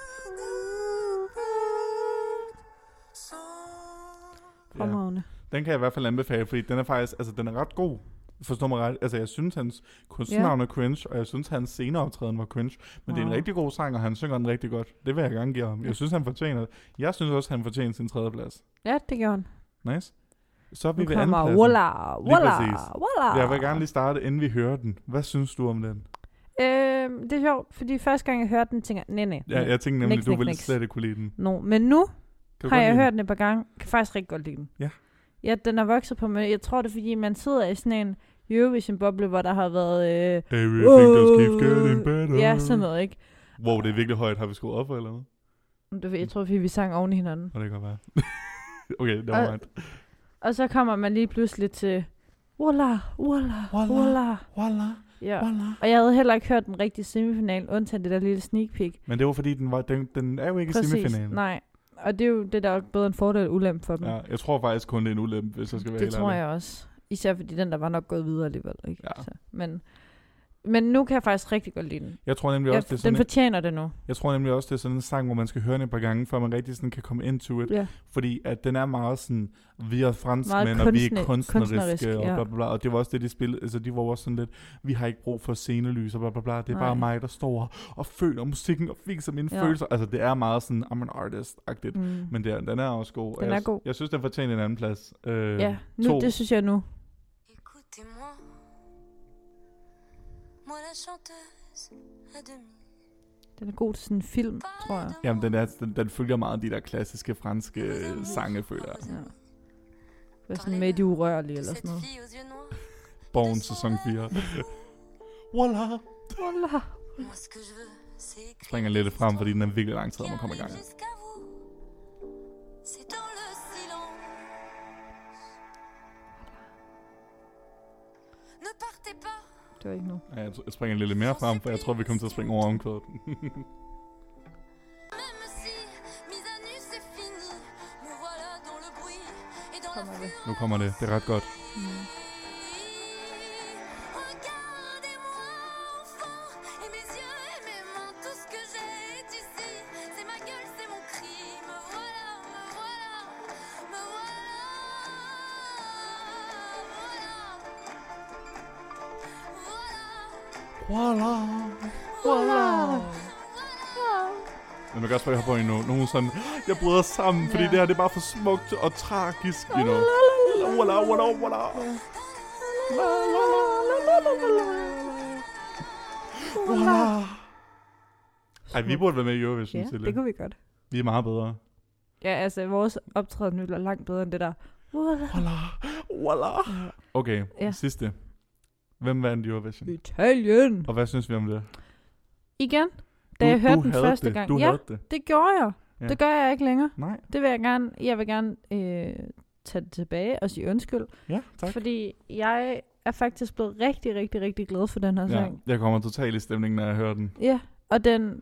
Speaker 3: Den kan jeg i hvert fald anbefale, fordi den er faktisk, altså den er ret god. Forstår mig ret. Altså jeg synes, hans kunstnavn er cringe, og jeg synes, hans sceneoptræden var cringe. Men det er en
Speaker 2: Wow.
Speaker 3: rigtig god sang, og han synger den rigtig godt. Det vil jeg gerne give ham. Jeg synes, han fortjener det. Jeg synes også, han fortjener sin tredje plads.
Speaker 2: Ja, det gjorde han.
Speaker 3: Nice. Så er vi
Speaker 2: Nu
Speaker 3: ved
Speaker 2: kommer
Speaker 3: andenpladsen.
Speaker 2: Walla,
Speaker 3: Lige
Speaker 2: Walla,
Speaker 3: præcis.
Speaker 2: Walla.
Speaker 3: Jeg vil gerne lige starte, inden vi hører den. Hvad synes du om den?
Speaker 2: Øhm, det er sjovt, fordi første gang jeg hørte den, tænker jeg, nej, nej.
Speaker 3: Ja, jeg tænkte nemlig,
Speaker 2: Niks,
Speaker 3: du
Speaker 2: niks,
Speaker 3: ville
Speaker 2: niks.
Speaker 3: slet ikke kunne lide den.
Speaker 2: No. Men nu
Speaker 3: Kan du
Speaker 2: har
Speaker 3: godt
Speaker 2: jeg
Speaker 3: lide
Speaker 2: hørt den et par gange. Kan faktisk rigtig godt lide den.
Speaker 3: Ja.
Speaker 2: Ja, den er vokset på mig. Jeg tror, det er, fordi man sidder i sådan en Eurovision-boble, hvor der har været... Øh,
Speaker 3: den? Everything just keeps
Speaker 2: "Wow."
Speaker 3: getting better.
Speaker 2: Ja, sådan noget, ikke?
Speaker 3: Wow, det er virkelig højt. Har vi skruet op for eller noget?
Speaker 2: Du ved, jeg tror, fordi vi sang oven i hinanden.
Speaker 3: Og det kan godt være. okay, det var
Speaker 2: Og-
Speaker 3: right.
Speaker 2: Og så kommer man lige pludselig til... Walla, walla,
Speaker 3: Walla.
Speaker 2: walla.
Speaker 3: Voila,
Speaker 2: Ja.
Speaker 3: voila.
Speaker 2: Og jeg havde heller ikke hørt den rigtige semifinal, undtagen det der lille sneak peek.
Speaker 3: Men det var fordi, den, var, den, den er jo ikke i semifinalen.
Speaker 2: nej. Og det er jo det, der er både en fordel og ulempe for dem.
Speaker 3: Ja, jeg tror faktisk kun, det er en ulempe, hvis jeg skal være
Speaker 2: det
Speaker 3: helt
Speaker 2: tror
Speaker 3: ærlig.
Speaker 2: jeg også. Især fordi den der var nok gået videre alligevel. Ikke?
Speaker 3: Ja.
Speaker 2: Så, men, men nu kan jeg faktisk rigtig godt lide den.
Speaker 3: Jeg tror, nemlig
Speaker 2: Jeg,
Speaker 3: også, det er sådan
Speaker 2: den
Speaker 3: en,
Speaker 2: fortjener det nu.
Speaker 3: jeg tror nemlig også, det er sådan en sang, hvor man skal høre den et par gange, før man rigtig sådan kan komme into it.
Speaker 2: Ja.
Speaker 3: Fordi at den er meget sådan, vi er franskmænd,
Speaker 2: Meget
Speaker 3: og vi er
Speaker 2: kunstne-
Speaker 3: kunstneriske,
Speaker 2: kunstnerisk,
Speaker 3: og
Speaker 2: ja.
Speaker 3: bla, bla, bla. Og det var også det, de spillede. Altså, de var jo også sådan lidt, vi har ikke brug for scenelys, og bla, bla, bla. Det er
Speaker 2: Nej.
Speaker 3: bare mig, der står og, og føler musikken, og fikser mine
Speaker 2: Ja.
Speaker 3: følelser. Altså, det er meget sådan, I'm an artist-agtigt.
Speaker 2: Mm.
Speaker 3: Men det er, den er også god. og
Speaker 2: Den
Speaker 3: jeg,
Speaker 2: er god.
Speaker 3: Jeg synes, den fortjener en anden plads. Øh,
Speaker 2: ja, nu,
Speaker 3: to.
Speaker 2: det synes jeg nu.
Speaker 5: Écoutez-moi, moi la chanteuse à demi.
Speaker 2: Den er god til sådan en film, tror jeg.
Speaker 3: Jamen, den, er, den, den følger meget de der klassiske franske øh, sange, føler jeg.
Speaker 2: Ja. Det er sådan med de urørlige eller sådan noget.
Speaker 3: Born sæson 4. Voila!
Speaker 2: Walla.
Speaker 3: Springer lidt frem, fordi den er virkelig lang tid om at komme i gang.
Speaker 5: C'est dans le silence. Ne partez pas.
Speaker 2: Det var ikke nu.
Speaker 3: Ja, jeg tr- jeg springer lidt mere frem, for jeg tror, vi kommer til at springe over omkvædet.
Speaker 5: Même si mise à nu c'est fini, me voilà dans le bruit et dans la
Speaker 2: Kommer det.
Speaker 5: fureur.
Speaker 3: Nu kommer det. Det er ret godt.
Speaker 5: Regardez-moi, enfant, et mes yeux et mes mains, tout ce que j'ai est ici. C'est ma gueule, c'est mon cri. Me voilà, me voilà, me voilà.
Speaker 3: Voila! Voila! Men man kan også bare hoppe på endnu. Nu er hun sådan, jeg bryder sammen, fordi det her det er bare for smukt og tragisk, you know. Voila, voila, voila! La, la, la, la, la, la, la, la. Voila! Ej, vi burde være med i Eurovision,
Speaker 2: Ja,
Speaker 3: Silje.
Speaker 2: det kunne vi godt.
Speaker 3: Vi er meget bedre.
Speaker 2: Ja, altså vores optræden nu er langt bedre end det der. Walla.
Speaker 3: Voila. Okay,
Speaker 2: Ja.
Speaker 3: ja. sidste. Hvem vandt Eurovision?
Speaker 2: Italien.
Speaker 3: Og hvad synes vi om det?
Speaker 2: Igen. Da
Speaker 3: Du-
Speaker 2: jeg hørte
Speaker 3: du
Speaker 2: den
Speaker 3: havde
Speaker 2: første
Speaker 3: det.
Speaker 2: gang.
Speaker 3: Du
Speaker 2: ja,
Speaker 3: havde det.
Speaker 2: det gjorde jeg.
Speaker 3: Ja.
Speaker 2: Ja. Det gør jeg ikke længere.
Speaker 3: Nej,
Speaker 2: Det vil jeg gerne, jeg vil gerne øh, tage det tilbage og sige undskyld.
Speaker 3: ja, tak.
Speaker 2: Fordi jeg er faktisk blevet rigtig, rigtig, rigtig glad for den her
Speaker 3: Ja,
Speaker 2: sang.
Speaker 3: jeg kommer totalt i stemningen, når jeg hører den.
Speaker 2: Ja, og den,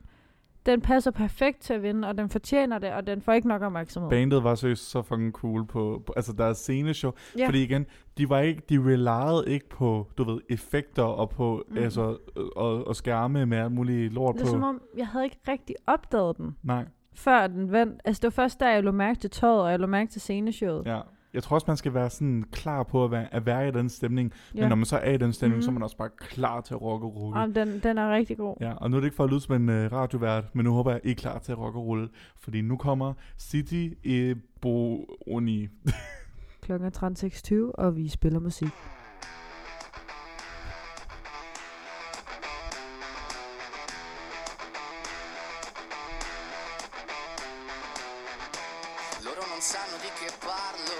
Speaker 2: den passer perfekt til at vinde, og den fortjener det, og den får ikke nok opmærksomhed.
Speaker 3: Bandet var seriøst så fucking cool på, på altså deres sceneshow.
Speaker 2: Ja.
Speaker 3: Fordi igen, de var ikke, de relarede ikke på, du ved, effekter og på, mm. altså, øh, og, og skærme med alt muligt lort
Speaker 2: Mm-hmm. det er
Speaker 3: på.
Speaker 2: som om, jeg havde ikke rigtig opdaget den,
Speaker 3: Nej,
Speaker 2: før den vandt. Altså det var først, da jeg lå mærke til tøjet, og jeg lå mærke til sceneshowet.
Speaker 3: ja. Jeg tror også, man skal være sådan klar på at være, at være i den stemning. Ja. Men når man så er i den stemning, mm.
Speaker 2: Mm-hmm.
Speaker 3: så er man også bare klar til at rocke og rulle.
Speaker 2: Jamen, den, den er rigtig god.
Speaker 3: Ja, og nu er det ikke for at lyde som en øh, radiovært, men nu håber jeg, I er klar til at rock og rulle, fordi nu kommer City e Boni.
Speaker 2: Klokken er 13.26, og vi spiller musik.
Speaker 7: Loro non sanno di che parlo,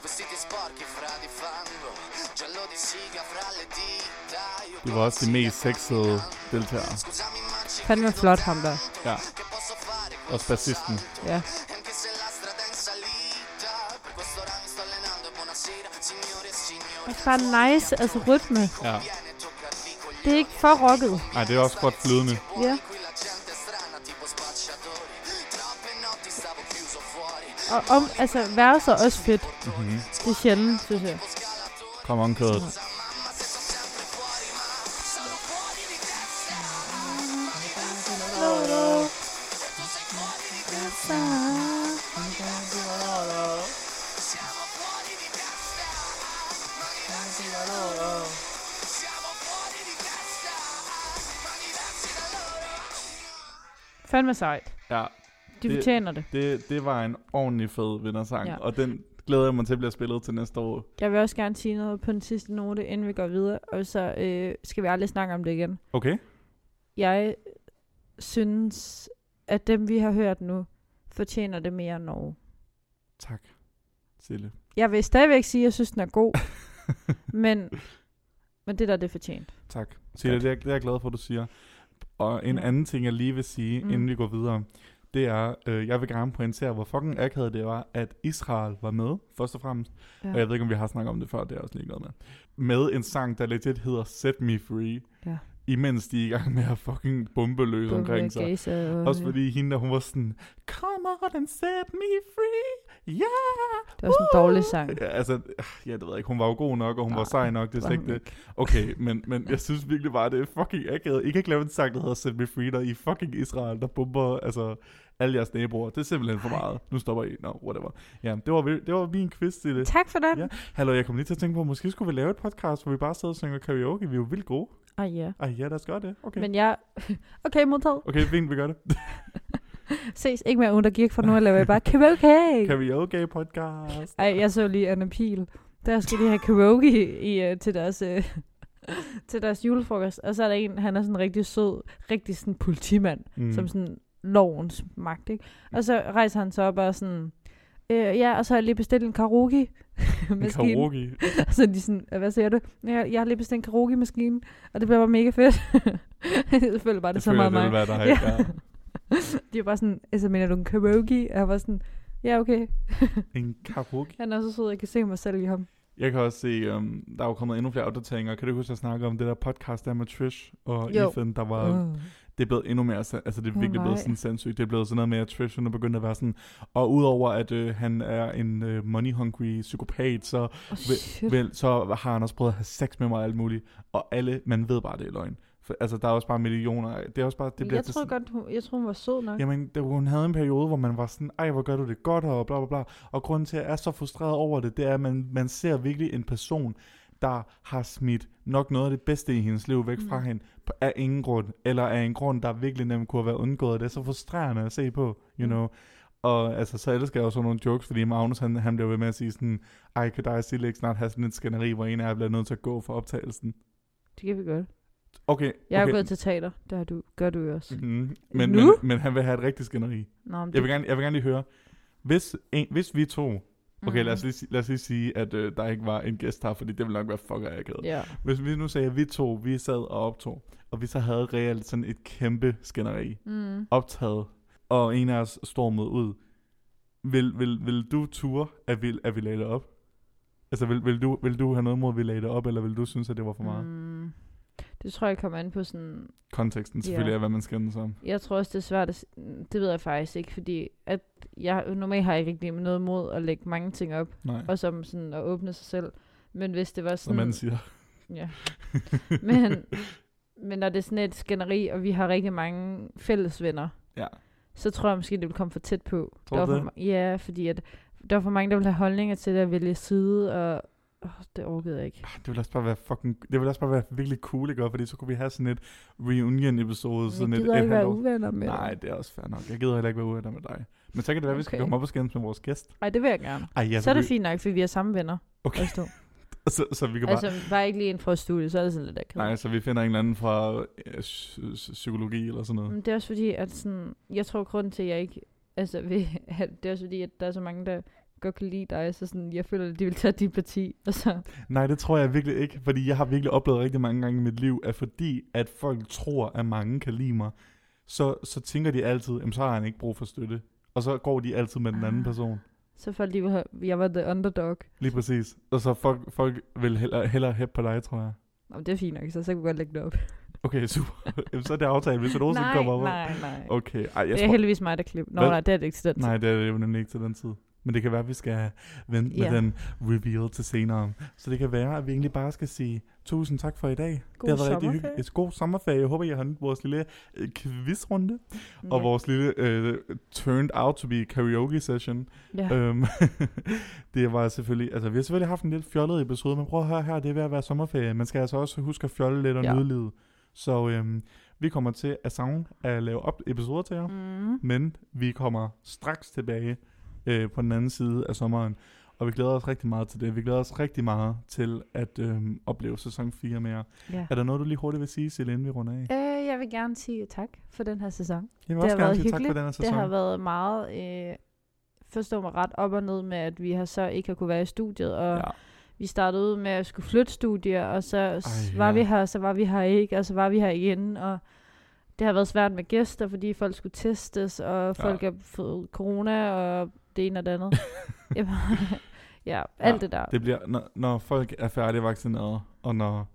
Speaker 7: vestiti sporchi fra di fango, giallo di siga fra le dita. Io
Speaker 3: Det var også de mest sexede deltagere.
Speaker 7: scusami ma ci
Speaker 2: Fandme flot ham der.
Speaker 3: Ja,
Speaker 7: che posso fare
Speaker 3: også bassisten.
Speaker 2: Ja.
Speaker 7: E anche se la strada è in salita, per questo ora mi sto allenando e buonasera, signore e signori.
Speaker 2: Det er bare nice, altså rytme.
Speaker 3: Ja.
Speaker 7: Viene, toccarvi con
Speaker 2: Det er ikke for rocket.
Speaker 3: Ej, det er også godt flydende.
Speaker 7: buoni,
Speaker 2: Ja.
Speaker 7: qui la gente è strana tipo spacciatori. Troppe notti stavo chiuso fuori,
Speaker 2: Og om, altså, værelser er også fedt.
Speaker 3: Mhm.
Speaker 2: Mm-hmm. Det er sjældent, synes jeg.
Speaker 3: Kom omkødet.
Speaker 7: Siamo fuori di testa, diversi da loro.
Speaker 2: Fandme sejt.
Speaker 3: Ja,
Speaker 2: De
Speaker 3: Det-
Speaker 2: fortjener det.
Speaker 3: det, det var en ordentlig fed vindersang,
Speaker 2: Ja.
Speaker 3: ja. og den glæder jeg mig til at blive spillet til næste år.
Speaker 2: Jeg vil også gerne sige noget på den sidste note, inden vi går videre, og så øh, skal vi aldrig snakke om det igen.
Speaker 3: Okay.
Speaker 2: Jeg synes, at dem, vi har hørt nu, fortjener det mere end Norge.
Speaker 3: Tak, Sille.
Speaker 2: Jeg vil stadigvæk sige, at jeg synes, den er god, men, men det der, det er fortjent.
Speaker 3: Tak. Sille, det er, det er jeg glad for, du siger. Og en
Speaker 2: Ja.
Speaker 3: ja. anden ting, jeg lige vil sige,
Speaker 2: Mm.
Speaker 3: mm. inden vi går videre, det er, øh, jeg vil gerne pointere, hvor fucking akavet det var, at Israel var med, først og fremmest.
Speaker 2: Ja.
Speaker 3: Ja. Og jeg ved ikke, om vi har snakket om det før, det er jeg også lige glad med. Med en sang, der legit hedder Set Me Free,
Speaker 2: Ja.
Speaker 3: imens de er i gang med at fucking bombe løs omkring sig.
Speaker 2: Gaza og,
Speaker 3: Også fordi hende, der, hun var sådan, come out and set me free, yeah.
Speaker 2: Det var sådan en dårlig sang.
Speaker 3: Ja, altså, ja, det ved jeg ikke, hun var jo god nok, og hun
Speaker 2: Nej,
Speaker 3: var sej nok, det er
Speaker 2: var
Speaker 3: slet ikke
Speaker 2: hun
Speaker 3: det. Okay, men, men jeg synes virkelig bare, det er fucking akavet. I kan ikke lave en sang, der hedder Set Me Free, der er i fucking Israel, der bomber altså, alle jeres naboer. Det er simpelthen for meget. Nu stopper I. Nå, no, whatever. Ja, det var, vir- det var min quiz til det.
Speaker 2: Tak for den.
Speaker 3: Ja. Hallo, jeg kom lige til at tænke på, måske skulle vi lave et podcast, hvor vi bare sidder og synger karaoke. Vi er jo vildt gode.
Speaker 2: Ej, Ah, ja.
Speaker 3: Ej, ja, lad os gøre det. Okay, men...
Speaker 2: Men jeg... Okay, modtaget.
Speaker 3: okay fint, vi gør det.
Speaker 2: Ses ikke mere under gik for nu, eller jeg bare karaoke.
Speaker 3: Karaoke podcast.
Speaker 2: Ej, jeg så lige Anna Pihl. Der skal de have karaoke i, uh, til, deres, uh, til deres julefrokost. Og så er der en, han er sådan rigtig sød, rigtig sådan politimand, mm. som sådan lovens magt, ikke? Og så rejser han sig op og er sådan, øh, ja, og så har jeg lige bestilt en karaoke.
Speaker 3: en karaoke.
Speaker 2: Og så er de sådan, "Øh, hvad siger du? Jeg, jeg har lige bestilt en karaoke-maskine, og det bliver bare mega fedt. jeg føler bare, det er
Speaker 3: Jeg
Speaker 2: så
Speaker 3: føler,
Speaker 2: meget mig.
Speaker 3: det ville være dig.
Speaker 2: Ja.
Speaker 3: Ja.
Speaker 2: De var bare sådan, altså mener du en karaoke? Og jeg var sådan, ja okay.
Speaker 3: En karaoke.
Speaker 2: Han er så sød, jeg kan se mig selv i ham.
Speaker 3: Jeg kan også se, um, der er jo kommet endnu flere opdateringer. Kan du huske, at jeg snakkede om det der podcast der med Trish og
Speaker 2: Jo.
Speaker 3: jo. Ethan, der var... Uh. Det er blevet endnu mere... san- Altså, det er
Speaker 2: Åh,
Speaker 3: virkelig
Speaker 2: nej.
Speaker 3: blevet sådan sindssygt. Det er blevet sådan noget med, at Trish hun er begyndt at være sådan... Og udover at øh, han er en øh, money-hungry psykopat, så,
Speaker 2: Oh,
Speaker 3: vil-
Speaker 2: shit.
Speaker 3: vel, så har han også prøvet at have sex med mig og alt muligt. Og alle... Man ved bare, det er løgn. For, altså, der er også bare millioner... af- Det er også bare... Det bliver
Speaker 2: jeg
Speaker 3: til
Speaker 2: troede
Speaker 3: sådan-
Speaker 2: godt, hun, jeg troede, hun var sød nok.
Speaker 3: Jamen, det, hun havde en periode, hvor man var sådan, ej, hvor gør du det godt, og bla bla bla. Og grunden til, at jeg er så frustreret over det, det er, at man, man ser virkelig en person, der har smidt nok noget af det bedste i hendes liv væk
Speaker 2: Mm.
Speaker 3: fra hende, på- af ingen grund, eller af en grund, der virkelig nemt kunne have været undgået. Det er så frustrerende at se på,
Speaker 2: Mm.
Speaker 3: you know. Og altså, så elsker jeg også nogle jokes, fordi Magnus, han, han blev ved med at sige sådan, ej, kan dig og Sille ikke snart have sådan et skænderi, hvor en af jer bliver nødt til at gå for optagelsen?
Speaker 2: Det kan vi godt.
Speaker 3: Okay,
Speaker 2: Jeg
Speaker 3: okay.
Speaker 2: er gået til teater. Det har du, gør du jo også. Mm.
Speaker 3: Mm, men, men,
Speaker 2: Nu?
Speaker 3: men han vil have et rigtigt skænderi.
Speaker 2: Nå, men
Speaker 3: Jeg vil gerne, jeg vil gerne lige høre, hvis, en, hvis vi to, okay, lad os
Speaker 2: Mhm. mm.
Speaker 3: lige, si- lad os lige sige, at øh, der ikke var en gæst her, fordi det ville nok være fucker akavet.
Speaker 2: Ja.
Speaker 3: Hvis vi nu sagde, at vi to, vi sad og optog, og vi så havde reelt sådan et kæmpe skænderi
Speaker 2: Mm.
Speaker 3: optaget, og en af os stormede ud, vil, vil, vil du ture, at vi, at vi lagde det op? Altså, vil, vil, du, vil du have noget mod, at vi lagde det op, eller vil du synes, at det var for meget? Mm.
Speaker 2: Mm. Det tror jeg kommer an på sådan...
Speaker 3: Konteksten selvfølgelig
Speaker 2: Ja.
Speaker 3: yeah. er, hvad man skændes om.
Speaker 2: Jeg tror også, det er svært at... s- Det ved jeg faktisk ikke, fordi at jeg, normalt har jeg ikke rigtig noget mod at lægge mange ting op,
Speaker 3: Nej,
Speaker 2: og som sådan at åbne sig selv. Men hvis det var
Speaker 3: som
Speaker 2: sådan...
Speaker 3: man siger.
Speaker 2: Ja. Men, men når det er sådan et skænderi, og vi har rigtig mange fælles venner,
Speaker 3: Ja.
Speaker 2: så tror jeg måske, det vil komme for tæt på.
Speaker 3: Tror
Speaker 2: der
Speaker 3: du
Speaker 2: var
Speaker 3: det?
Speaker 2: For, ma- ja, fordi at, der var for mange, der ville have holdninger til det at vælge side, og åh, det orkede jeg ikke.
Speaker 3: Ah, Det ville også bare være fucking... Det ville også bare være virkelig cool, ikke? Og Fordi så kunne vi have sådan et reunion-episode. Sådan
Speaker 2: jeg
Speaker 3: et,
Speaker 2: gider
Speaker 3: et
Speaker 2: ikke være
Speaker 3: halvt år.
Speaker 2: uvenner med
Speaker 3: Nej, det er også fair nok. Jeg gider heller ikke være uvenner med dig. Men så kan det være, at vi skal
Speaker 2: Okay.
Speaker 3: komme op og skændes med vores gæst.
Speaker 2: Nej, det vil jeg gerne.
Speaker 3: Ej, ja,
Speaker 2: så er det fint nok, for vi er samme venner.
Speaker 3: Okay.
Speaker 2: os to.
Speaker 3: Så, så vi kan bare...
Speaker 2: altså, bare ikke lige en fra studiet, så er det sådan lidt akavet.
Speaker 3: Nej, så vi finder en eller anden fra øh, psy- psy- psykologi eller sådan noget.
Speaker 2: Men det er også fordi, at sådan, jeg tror grunden til, at jeg ikke, altså, ved, at det er også fordi, at der er så mange, der godt kan lide dig, så sådan, jeg føler, at de vil tage dit parti, og så,
Speaker 3: Nej, det tror jeg virkelig ikke, fordi jeg har virkelig oplevet rigtig mange gange i mit liv, at fordi at folk tror, at mange kan lide mig, så, så tænker de altid, jamen så har han ikke brug for støtte. Og så går de altid med den anden
Speaker 2: Ah.
Speaker 3: person.
Speaker 2: så folk, de vil have, jeg var the underdog.
Speaker 3: Lige præcis. Og så folk, folk vil hellere, hellere hæppe på dig, tror jeg.
Speaker 2: Nå, men det er fint nok, så, så kan vi godt lægge det op.
Speaker 3: Okay, super. Jamen, så er det aftalt, hvis du nogensinde
Speaker 2: nej,
Speaker 3: kommer op.
Speaker 2: nej, nej.
Speaker 3: Okay, ej, jeg
Speaker 2: Det er
Speaker 3: tror...
Speaker 2: heldigvis mig, der klipper. Nå,
Speaker 3: Hvad?
Speaker 2: nej, det er det ikke til den tid.
Speaker 3: Nej, det er det jo nemlig ikke til den tid. Men det kan være, at vi skal vente yeah.
Speaker 2: Ja.
Speaker 3: med den reveal til senere. Så det kan være, at vi egentlig bare skal sige tusind tak for i dag.
Speaker 2: God
Speaker 3: det har været rigtig
Speaker 2: sommerferie.
Speaker 3: hyggeligt. God sommerferie. Jeg håber, I har nyt vores lille øh, quizrunde. Mm. Og vores lille øh, turned out to be karaoke session.
Speaker 2: Ja.
Speaker 3: Øhm, det var selvfølgelig, altså vi har selvfølgelig haft en lidt fjollet episode, men prøv at høre her, det er ved at være sommerferie. Man skal altså også huske at fjolle lidt og ja.
Speaker 2: Ja.
Speaker 3: nyde livet. Så øhm, vi kommer til at savne at lave op episoder til jer,
Speaker 2: Mm.
Speaker 3: men vi kommer straks tilbage øh, på den anden side af sommeren. Og vi glæder os rigtig meget til det. Vi glæder os rigtig meget til at øhm, opleve sæson 4 med jer.
Speaker 2: Ja.
Speaker 3: Er der noget, du lige hurtigt vil sige, Sille, inden vi runder af?
Speaker 2: Øh, jeg vil gerne sige tak for den her sæson.
Speaker 3: Jeg vil
Speaker 2: det
Speaker 3: også
Speaker 2: har
Speaker 3: gerne
Speaker 2: været
Speaker 3: sige tak for
Speaker 2: hyggeligt.
Speaker 3: den her
Speaker 2: Det
Speaker 3: sæson.
Speaker 2: har været meget, øh, forstå mig ret, op og ned med, at vi har så ikke har kunne være i studiet, og
Speaker 3: Ja.
Speaker 2: vi startede ud med at skulle flytte studier, og så Ej, var
Speaker 3: ja.
Speaker 2: vi her, og så var vi her ikke, og så var vi her igen, og det har været svært med gæster, fordi folk skulle testes, og folk har fået corona, og det ene og det andet. Jamen, ja, alt
Speaker 3: Ja,
Speaker 2: det der.
Speaker 3: Det bliver, når, når folk er færdigvaccineret, og når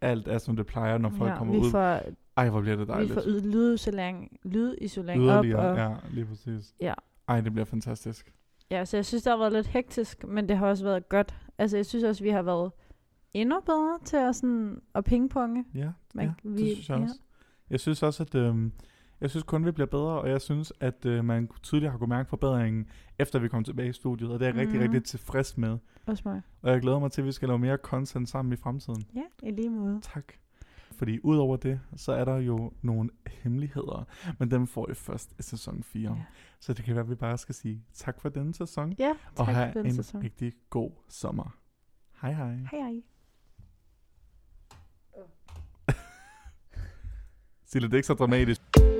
Speaker 3: alt er, som det plejer, når folk ja,
Speaker 2: ja,
Speaker 3: kommer
Speaker 2: vi
Speaker 3: ud.
Speaker 2: får,
Speaker 3: Ej, hvor bliver det
Speaker 2: vi
Speaker 3: dejligt.
Speaker 2: får yd- lydisolering, lydisolering op,
Speaker 3: Yderligere,
Speaker 2: og
Speaker 3: ja, lige præcis.
Speaker 2: Ja.
Speaker 3: Ej, det bliver fantastisk.
Speaker 2: Ja, så jeg synes, det har været lidt hektisk, men det har også været godt. Altså, jeg synes også, vi har været endnu bedre til at, sådan, at pingponge.
Speaker 3: Ja,
Speaker 2: Man-
Speaker 3: ja
Speaker 2: vi-
Speaker 3: det synes jeg
Speaker 2: ja.
Speaker 3: også. Jeg synes også, at øhm, jeg synes kun, vi bliver bedre, og jeg synes, at øh, man tydeligt har kunnet mærke forbedringen, efter vi kom tilbage i studiet, og det er jeg mm. rigtig,
Speaker 2: Mhm.
Speaker 3: rigtig tilfreds med.
Speaker 2: Også mig.
Speaker 3: Og jeg glæder mig til, at vi skal lave mere content sammen i fremtiden.
Speaker 2: Ja, i lige måde.
Speaker 3: Tak. Fordi udover det, så er der jo nogle hemmeligheder, men dem får I først i sæson 4. Ja.
Speaker 2: Ja.
Speaker 3: Så det kan være, at vi bare skal sige tak for denne sæson.
Speaker 2: Ja, tak
Speaker 3: og have
Speaker 2: for den
Speaker 3: en
Speaker 2: sæson.
Speaker 3: rigtig god sommer. Hej hej.
Speaker 2: Hej hej.
Speaker 3: Sille, det er ikke så dramatisk.